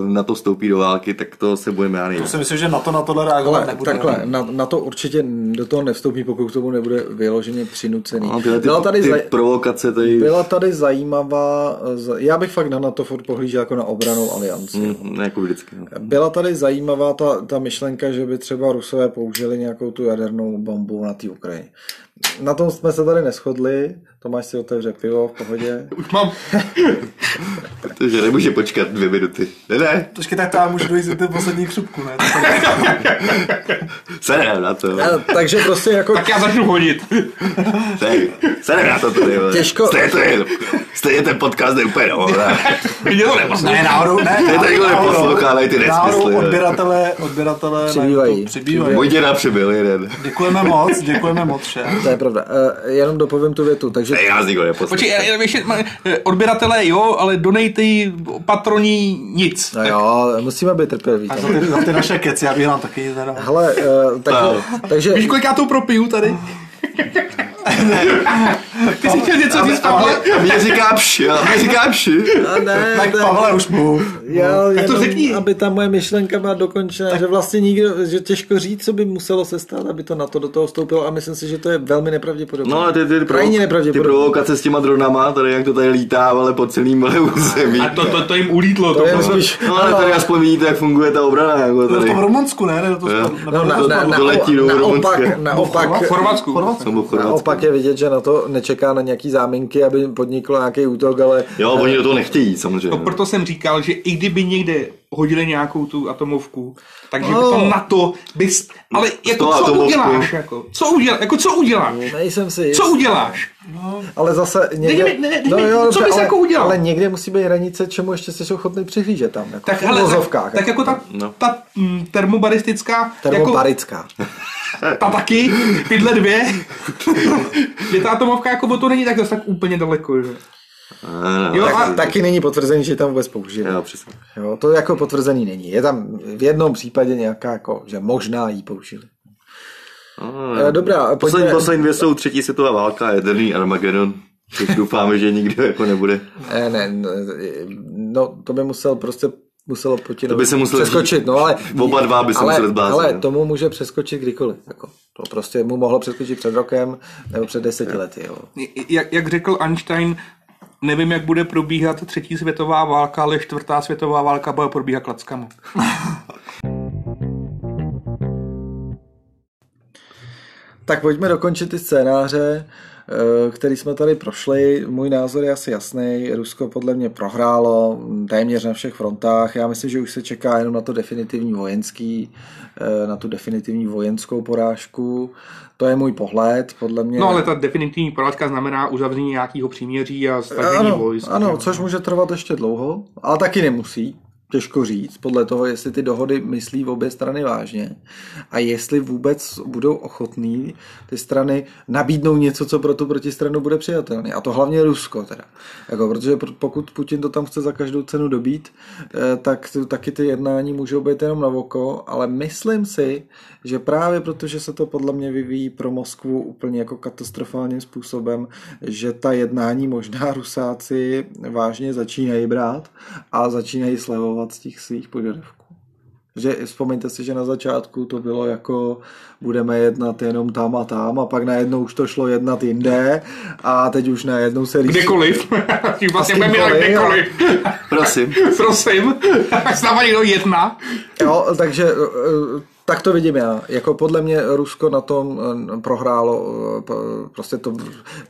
na to vstoupí do války, tak to se bojím já nejvíc. si myslím, že na to na tohle reagovat Ale nebude. takhle, na, na, to určitě do toho nevstoupí, pokud k tomu nebude vyloženě přinucený. No, tyhle ty, Byla tady, ty zaj- provokace tady... byla tady zajímavá, eh, za- já bych fakt na NATO furt pohlížel jako na obranou alianci. Mm, jako vždycky. no. Byla tady zajímavá ta, ta myšlenka, že by třeba Rusové použili nějakou tu jadernou bombu na té Ukrajině. Na tom jsme se tady neschodli, Tomáš si otevře pivo, v (laughs) pohodě. Už mám, Protože nemůže počkat dvě minuty. Ne, ne, Počkej, tak to já můžu dojít do poslední křupku, ne? serem na to. A, takže prostě jako tak já začnu honit. Tady, serem na to tady. vole. Těžko- Stejně, to je, stejně ten podcast je úplně no, ne. (laughs) Mě to neposlouchá. Ne, náhodou, ne. Mě to nikdo náhodou- neposlouchá, ale ty nesmysly. Náhodou vole. odběratele, odběratele Přibývají. na YouTube přibývají. Můj děda přibyl jeden. Děkujeme moc, děkujeme moc všem. To je pravda. Eh, Jenom dopovím tu větu. Takže Ne, já z nikdo Počkej, neposlouchá. já- já- ještě, mám- eh, odběratelé jo, ale donejty patroni nic. no jo, musíme být trpěliví. A za ty, za ty naše keci, já bych nám taky nic nedal. Hele, eh, takže, takže Víš, kolik já to propiju tady? Ty jsi chtěl něco říct, Pavle? A mě říká pši, a mě říká pši. a ne, Tak ne, Pavle, už mluv. já No, Tak to jenom, řekni. aby ta moje myšlenka byla dokončena, že vlastně nikdo, že těžko říct, co by muselo se stát, aby to na to do toho vstoupilo a myslím si, že to je velmi nepravděpodobné. No ale ty, ty, ty, Krajně provo- ty nepravděpodobné. provokace s těma dronama, tady jak to tady lítá, ale po celým vole území. A to, to, to jim ulítlo. To To je bylo. spíš... No ale tady aspoň vidíte, jak funguje ta obrana. Jako To je v tady. tom Rumunsku, ne? Nebo to spadlo- No, nebo na, to na, spadlo- na, doletí do naopak, Rumunska. naopak, v Chorvatsku. Chorvatsku. Nebo v Chorvatsku. naopak je vidět, že na to nečeká na nějaký záminky, aby podniklo nějaký útok, ale Jo, oni do toho nechtějí samozřejmě. No, proto jsem říkal, že i kdyby někde hodili nějakou tu atomovku, takže No. no. to na to bys... Ale jako to co atomovku. uděláš? Jako, co uděláš? Jako, co uděláš? nejsem si jist. Co uděláš? Ale zase někde... mi- ne, ne, mi- co dobře, bys ale, jako udělal? Ale někde musí být hranice, čemu ještě jsi ochotný přihlížet tam. Jako Tak, v hele, tak, uvozovkách, tak jako ta, No. ta mm, termobaristická, jako, Termobarická. ta taky, tyhle dvě, je ta atomovka jako o to není tak, zas tak úplně daleko, že? Ano, Jo, No, tak- a, Taky není potvrzený, že ji tam vůbec použili. Jo, přesně. Jo, to jako potvrzený není. Je tam v jednom případě nějaká, jako, že možná ji použili. Eh, Dobrá, No, Poslední, pojďme, poslední dvě jsou třetí světová válka a jaderný Armageddon. Což doufáme, že nikdo jako nebude. Ne, Eh, ne, ne, no to by musel prostě muselo Putinovi To by se muselo přeskočit, říct. no ale... Oba dva by se ale, museli zbláznit, Ale no. tomu může přeskočit kdykoliv, jako. To prostě mu mohlo přeskočit před rokem nebo před deseti lety, jo. jak, jak řekl Einstein, nevím, jak bude probíhat třetí světová válka, ale čtvrtá světová válka bude probíhat klackama. Tak pojďme dokončit ty scénáře, eh, který jsme tady prošli. Můj názor je asi jasný. Rusko podle mě prohrálo mm, téměř na všech frontách. Já myslím, že už se čeká jenom na to definitivní vojenský, eh, na tu definitivní vojenskou porážku. To je můj pohled, podle mě. No ale ta definitivní porážka znamená uzavření nějakého příměří a stažení ano, vojsk. ano, což může trvat ještě dlouho, ale taky nemusí. Těžko říct, podle toho, jestli ty dohody myslí v obě strany vážně a jestli vůbec budou ochotní ty strany nabídnou něco, co pro tu protistranu bude přijatelné. A to hlavně Rusko teda. Jako, protože pr- pokud Putin to tam chce za každou cenu dobít, eh, tak t- taky ty jednání můžou být jenom na oko, ale myslím si, že právě protože se to podle mě vyvíjí pro Moskvu úplně jako katastrofálním způsobem, že ta jednání možná Rusáci vážně začínají brát a začínají slevovat z těch svých požadavků. Že vzpomeňte si, že na začátku to bylo jako budeme jednat jenom tam a tam a pak najednou už to šlo jednat jinde a teď už najednou se líší. (laughs) Kdekoliv. Tím vlastně A s budeme jednat kýmkoliv, kdekoliv. (laughs) Prosím. Prosím, tak s náma někdo jedna. Jo, takže eh, Tak to vidím já. Jako podle mě Rusko na tom eh, prohrálo, eh, p- prostě to...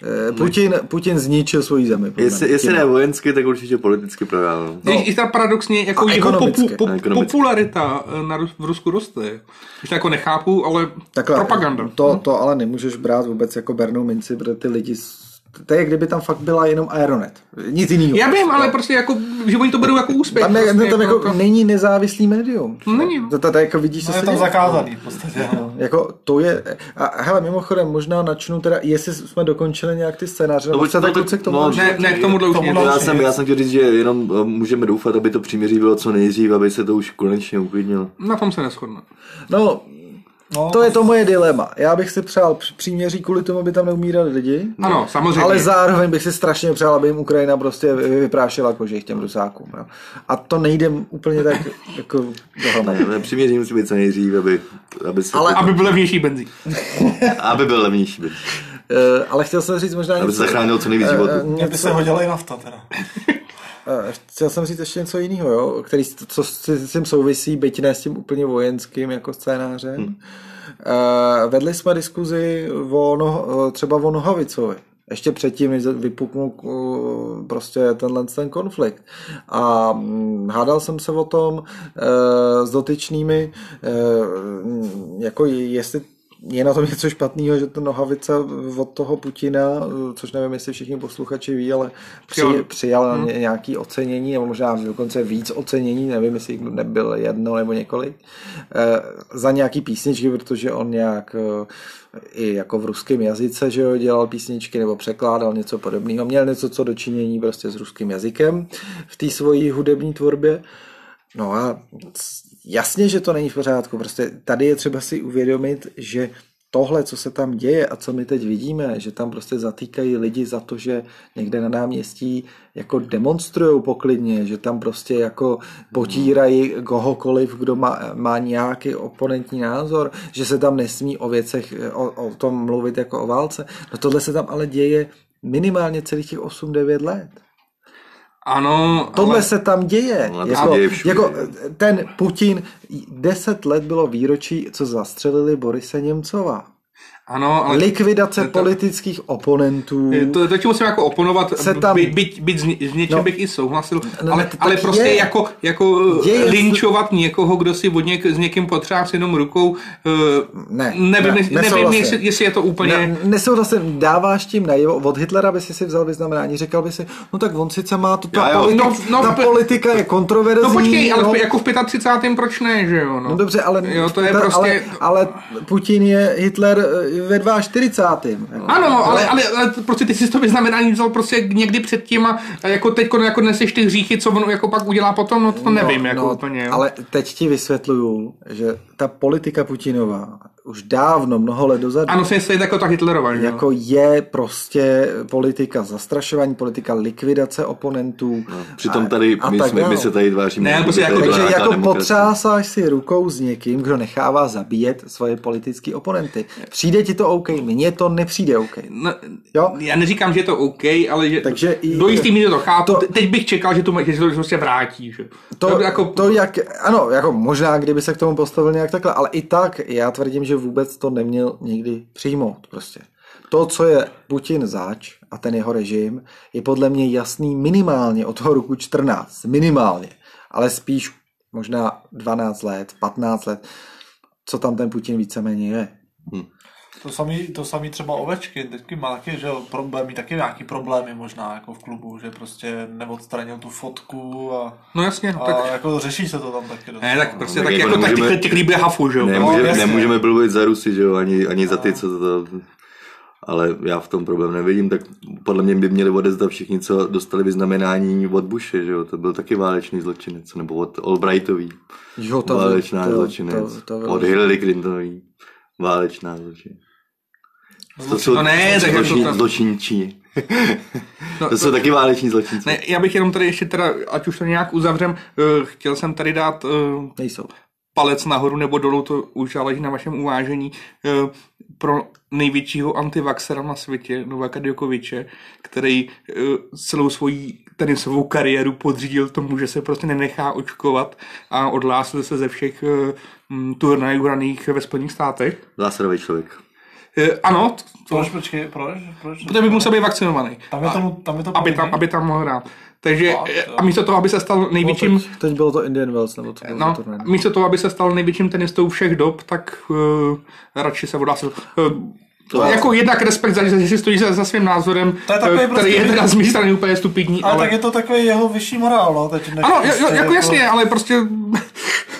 eh, Putin, Putin zničil svoji zemi. podle Jestli, mě. jestli ne vojensky, tak určitě politicky prohrál. No. I ta paradoxně jako A jeho popu, ekonomicky. po, A ekonomicky. popularita eh, na, Rus- v Rusku roste. Už to jako nechápu, ale Takhle, propaganda. Hm. To, to ale nemůžeš brát vůbec jako bernou minci, protože ty lidi... s- To je, jak kdyby tam fakt byla jenom Aeronet. Nic jiného. Já vím, ale prostě jako, že oni to berou jako úspěch. Tam, je, prostě, tam jako, není nezávislý médium. No Není. To tady jako vidíš, co No, je se tam děje. zakázaný v podstatě. No. Jako to je, a hele, mimochodem možná načnu teda, jestli jsme dokončili nějak ty scénáře, nebo se tak kluci k tomu. no, ne, ne, k tomuhle už Tomuhle nic. já, jsem, já jsem chtěl říct, že jenom eh, můžeme doufat, aby to příměří bylo co nejdřív, aby se to už konečně uklidnilo. Na tom se neschodnu. No, No, to je to moje dilema. Já bych si přál při- příměří kvůli tomu, aby tam neumírali lidi, No, Ano, samozřejmě. ale zároveň bych si strašně přál, aby jim Ukrajina prostě vy- vyprášila kožich těm rusákům. Jo. A to nejde úplně (laughs) tak jako dohromady. Ne, ne, příměří musí být co nejdřív, aby, aby, se, Ale- aby, Aby byl levnější benzín. byl levnější. byt. Eh, ale chtěl jsem říct možná Aby se něco, zachránil co nejvíc eh, životů. Mně by něco, se hodila i nafta teda. eh, chtěl jsem říct ještě něco jiného, jo, který, s- co s s tím souvisí, byť ne s tím úplně vojenským jako scénářem. Hmm. Vedli jsme diskuzi o no, eh, třeba o Nohavicovi. Ještě předtím, než vypuknul eh, prostě tenhle ten konflikt. A hm, hádal jsem se o tom eh, s dotyčnými, eh, hm, jako jestli je na tom něco špatného, že ta nohavice od toho Putina, což nevím, jestli všichni posluchači ví, ale při, Přijal. přijal hmm. nějaké ocenění, nebo možná dokonce víc ocenění, nevím, jestli jich nebyl jedno nebo několik, eh, za nějaký písničky, protože on nějak eh, i jako v ruském jazyce, že jo, dělal písničky nebo překládal něco podobného. Měl něco co dočinění prostě s ruským jazykem v té svojí hudební tvorbě. No a c- jasně, že to není v pořádku. Prostě tady je třeba si uvědomit, že tohle, co se tam děje a co my teď vidíme, že tam prostě zatýkají lidi za to, že někde na náměstí jako demonstrují poklidně, že tam prostě jako potírají kohokoliv, kdo má, má nějaký oponentní názor, že se tam nesmí o věcech, o, o tom mluvit jako o válce. No tohle se tam ale děje minimálně celých těch 8-9 let. Ano, Tohle ale... se tam děje. No, to se Jako, děje všude. jako ten Putin, deset let bylo výročí, co zastřelili Borise Němcova. Ano, ale... Likvidace to- politických oponentů. To, to ti musím jako oponovat, Se se tam- tam, by, byť, byť z, ně- s něčím No. no, bych i souhlasil, No, ale, tak ale je. prostě je, jako, jako Je, je, jestli- linčovat někoho, kdo si od něk, s někým potřás jenom rukou, eh, Ne, nevím, ne, ne, nevím nesouhlasím. jestli, jestli je to úplně... Ne, nesouhlasím, dáváš tím najevo, od Hitlera by si si vzal vyznamenání, říkal by si, no tak on sice má to, ta, Já jo. politika, No, no, ta pe- politika je kontroverzní. No počkej, ale jo. v- jako v 35. proč ne, že jo? No, No dobře, ale, Jo, to je ta- prostě... ale, ale Putin je Hitler eh, ve 42. Jako. Ano, no, ale, ale, ale prostě ty jsi to vyznamenání vzal prostě někdy před tím a a jako teď jako neseš ty hříchy, co on jako pak udělá potom, no to nevím, jako úplně. Jo. Ale teď ti vysvětluju, že ta politika Putinová už dávno, mnoho let dozadu, Ano, se je jako ta Hitlerova, že jo? jako je prostě politika zastrašování, politika likvidace oponentů. No, Přitom tady, eh, a my, tak jsme, dál. my se tady tváříme. Ne, že prostě tady jako- byla Takže nějaká jako demokracie. potřásáš si rukou s někým, kdo nechává zabíjet svoje politické oponenty. Přijde ti to OK, mně to nepřijde OK. No, Jo? já neříkám, že je to OK, ale že Takže Takže i- do jistý míry to chápu. to- To, teď bych čekal, že, tu, že se to prostě vrátí. Že? To, jako... to jak, ano, jako možná, kdyby se k tomu postavil nějak takhle, ale i tak já tvrdím, že vůbec to neměl nikdy přijmout prostě. To, co je Putin zač a ten jeho režim, je podle mě jasný minimálně od toho roku 14, minimálně, ale spíš možná 12 let, 15 let, co tam ten Putin víceméně je. To samý, to samý třeba ovečky, teďky má taky, že jo, problémy, taky nějaký problémy možná jako v klubu, že prostě neodstranil tu fotku a, No jasně, no, a tak... tak... jako řeší se to tam taky dost. Ne, tak no. prostě tak tak, jako jako tak nemůžeme- ty, ty klíby hafu, že jo? prostě. Ne, No, může, jasně. nemůžeme mluvit za Rusy, že jo, ani, ani za ty, co to... Ale já v tom problém nevidím, tak podle mě by měli odezdat všichni, co dostali vyznamenání od Bushe, že jo, to byl taky válečný zločinec, nebo od Albrightový, Jo, válečná to- zločinec, to- to- od Hillary Clintonový, válečná zločinec. To jsou No ne, tak jako zločin, to- zločinčí. No, To jsou taky váleční zločinci. Ne, já bych jenom tady ještě teda, ať už to nějak uzavřem, eh, chtěl jsem tady dát eh, Nejsou. palec nahoru nebo dolů, to už záleží na vašem uvážení, eh, pro největšího antivaxera na světě, Novaka Djokoviče, který eh, celou svoji tenisovou kariéru podřídil tomu, že se prostě nenechá očkovat a odhlásil se ze všech eh, m, turnajů hraných ve Spojených státech. Zásadový člověk. Eh, Ano, t- Proč, počkej, proč? proč? protože by musel být vakcinovaný. Tam je to, tam je to aby tam, aby tam mohl hrát. Takže eh, a místo toho, aby se stal největším Teď, teď bylo to Indian Wells, nebo to bylo No, turnaj. místo toho, aby se stal největším tenistou všech dob, tak uh, radši se odhlásil. Uh, to jako jednak respekt, za, že si stojí za, za svým názorem, To je takový eh, který prostě- je teda z mé strany úplně stupidní, ale... Ale, tak je to takový jeho vyšší morál, no, teď než Ano, jo, prostě jo, jako jasně, ale prostě...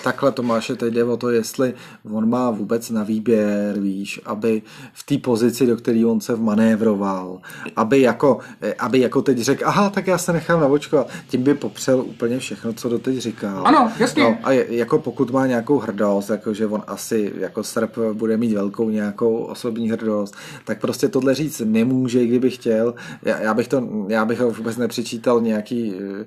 Takhle Tomáše, teď jde o to, jestli on má vůbec na výběr, víš, aby v té pozici, do které on se vmanévroval, aby jako, eh, aby jako teď řekl, aha, tak já se nechám navočkovat, tím by popřel úplně všechno, co doteď říkal. Ano, jasně. No, a je, jako pokud má nějakou hrdost, jako že on asi jako Srb bude mít velkou nějakou osobní hrdost, tak prostě tohle říct nemůže, i kdyby chtěl. Já, já bych to, já bych ho vůbec nepřičítal nějaký, eh,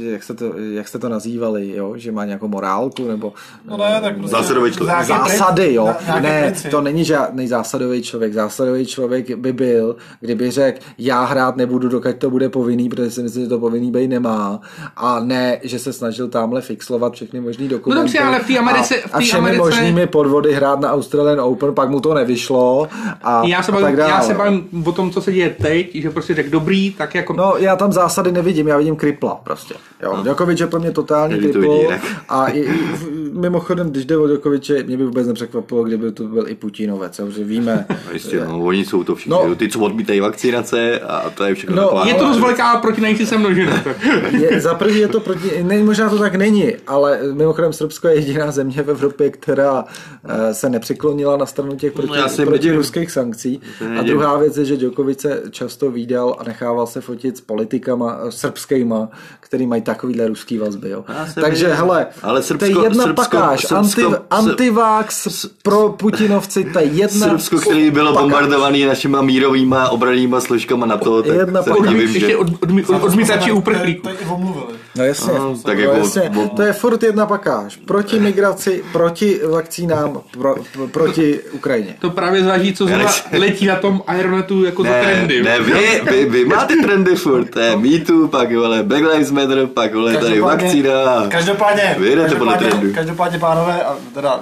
eh, jak, se to, jak jste to nazývali, jo? že má nějakou morálku nebo No ne, tak prostě... Zásadový člověk. nějaký princip- zásady, jo. na- nějaký Ne, princip. to není žádný zásadový člověk. Zásadový člověk by byl, kdyby řekl, já hrát nebudu, dokud to bude povinný, protože si myslím, že to povinný být nemá. A ne, že se snažil tamhle fixlovat všechny možný dokumenty. No dobře, ale v té Americe- a, v a té všemi Americe- možnými podvody hrát na Australian Open, pak mu to nevyšlo. A, já, se a tak bavím, dále. no. já se bavím o tom, co se děje teď, že prostě řekl dobrý, tak jako... No, já tam zásady nevidím, já vidím kripla prostě. Jo, Djokovic je pro mě totální Každý to kripl. vidí jinak. A i, i- v- mimochodem, když jde o Djokoviče, mě by vůbec nepřekvapilo, kdyby to byl i Putinovec, jo, že víme. A Jistě, no, oni jsou to všichni. No. Ty, co odmítají vakcinace a to je všechno No, taková... je to dost velká protinající se (laughs) množina. Je, za první je to proti, ne, možná to tak není, ale mimochodem Srbsko je jediná země v Evropě, která eh, se nepřiklonila na stranu těch proti, No, já si proti nedivím. ruských sankcí. A nedivím. druhá věc je, že Djokovic se často výdal a nechával se fotit s politikama eh, srbskýma, který mají takovýhle ruský vazby. Jo. Já se Takže nedivím. hele, Ale to je Srbsko- jedna Srbsko- pakáž. Srbsko- anti, Srb- antivax pro Putinovci, to je No. jedna Srbsko, který bylo pakáž. bombardovaný našima mírovými a obranýma složkama na to, tak Jedna se pakáž. divím, že... Ještě od, odmi- od, odmítači uprchlíků. To je i omluvili. No jasně, No, tak no, jako- jasně. to je furt jedna pakáž. Proti migraci, proti vakcínám, pro, pro, proti Ukrajině. To právě zváží, co zrovna nechci- letí na tom Aeronetu jako za Ne, trendy. ne, vy, vy, vy máte trendy furt, to No. je Me Too, pak vole Black Lives Matter, pak vole tady vakcína. Každopádně, Vy jdete podle každopádně, trendu. No, každopádě, pánové, a teda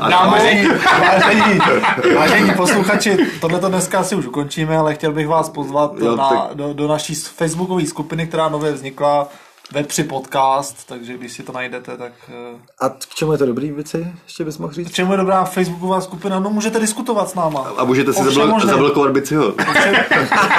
A- Vážení, vážení, vážení posluchači, tohle to dneska asi už ukončíme, ale chtěl bych vás pozvat Jo, na, tak- do, do naší facebookové skupiny, která nově vznikla, Web3 podcast, takže když si to najdete, tak... eh, A k čemu je to dobrý věci, ještě bys mohl říct? K čemu je dobrá facebooková skupina? No můžete diskutovat s náma. A můžete si O všem zablo- možném. zablokovat Biciho.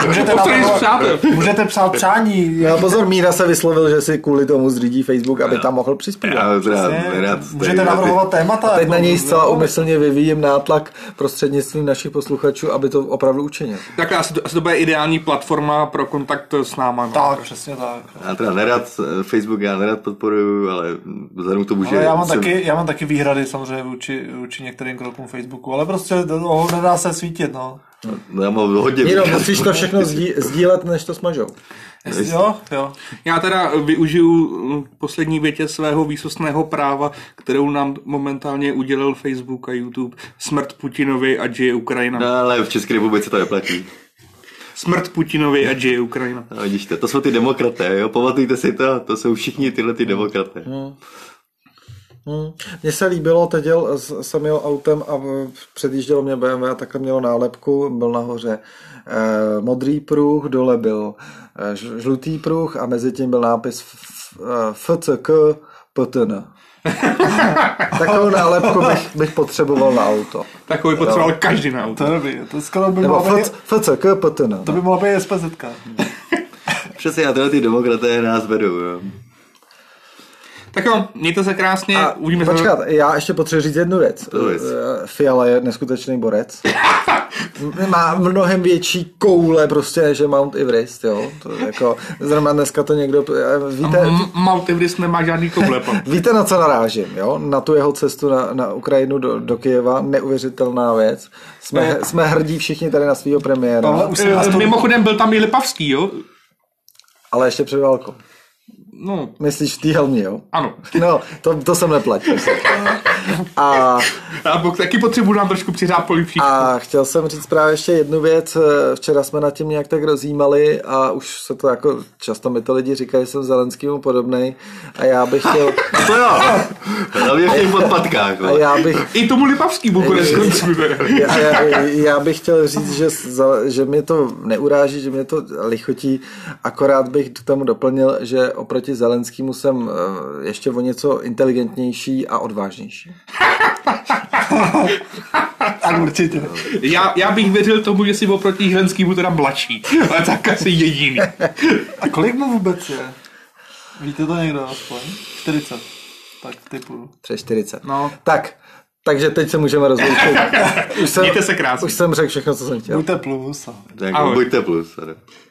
Můžete, O co nejsi navrhovat- přátel? můžete psát přání. No, pozor, Míra se vyslovil, že si kvůli tomu zřídí Facebook, aby tam mohl přispívat. Já teda nerad. Můžete tady- navrhovat témata. Teď na jako- něj zcela umyslně vyvíjím nátlak prostřednictvím našich posluchačů, aby to opravdu učinil. Tak asi to, asi to bude ideální platforma pro kontakt s náma. no. Tak, přesně tak. Já teda nerad, eh, Facebook já nerad podporuju, ale hm, vzhledem k tomu, že... Ale já mám, jsem- taky, já mám taky výhrady samozřejmě vůči, vůči některým krokům Facebooku, ale prostě do toho nedá se svítit, no. No já mám hodně Míro, výhrad. musíš to všechno sdí- sdílet, než to smažou. Jestli, jo, jo. Já teda eh, využiju mm, poslední větě svého výsostného práva, kterou nám momentálně udělil Facebook a YouTube. Smrt Putinovi a žije (laughs) Ukrajina. No, ale v České republice to neplatí. Smrt Putinovi a žije Ukrajina. No, vidíte, to jsou ty demokraté, jo? pamatujte si to, to jsou všichni tyhle ty demokraté. Hmm. Mně se líbilo, teď jel, s- jsem jel autem a v- předjíždělo mě BMW a takhle mělo nálepku, byl nahoře eh, modrý pruh, dole byl eh, ž- žlutý pruh a mezi tím byl nápis f- f- eh, FCK PTN. (laughs) Takovou nálepku bych, bych potřeboval na auto. Takový No. potřeboval každý na To auto. je dobrý, to skoro by Nebo F- mohla být, FCK PTN. to by mohla být SPZ. Přesně, a tyhle ty demokraté nás vedou. Jo? Tak jo, mějte se krásně, A uvidíme se. počkat, já ještě potřebuji říct jednu věc. To věc. Eh, Fiala je neskutečný borec. M- Má mnohem větší koule prostě, než je Mount Everest, jo. To je jako, zrovna dneska to někdo, eh, víte, M- Maltivris nemá žádný (laughs) koule, pan. Víte, na co narážím, jo? Na tu jeho cestu na, na Ukrajinu do, do Kyjeva, neuvěřitelná věc. Jsme, jsme hrdí všichni tady na svého premiéra, Tohle už jsem Eh, nás to... Mimochodem byl tam i Lipavský, jo? ale ještě před válkou. no, Myslíš v té helmě, jo? ano. No, to, to jsem neplatil. A, A bok, taky potřebuji nám trošku přihrát polipší. a chtěl jsem říct právě ještě jednu věc. Eh, Včera jsme nad tím nějak tak rozjímali a už se to jako, často mi to lidi říkají, že jsem Zelenskýmu podobnej a já bych (laughs) chtěl, To jo, (laughs) hlavně v těch podpatkách. a vole. já bych, I tomu Lipavský konec konců. ne? (laughs) já, já, já bych chtěl říct, že, za, že mě to neuráží, že mě to lichotí, akorát bych k tomu doplnil, že oproti Zelenskému jsem eh, ještě o něco inteligentnější a odvážnější. Tak určitě. Já, já bych věřil tomu, že si oproti Jihlenskýmu teda mladší, ale tak asi jediný. A kolik mu vůbec je? Víte to někdo aspoň? 40. Tak typu. Přes 40. No. Tak, takže teď se můžeme (laughs) rozloučit. Už jsem, Mějte se krásně. Už jsem řekl všechno, co jsem chtěl. Buďte plus. no. a- Tak jako Ahoj. buďte plus. Tady.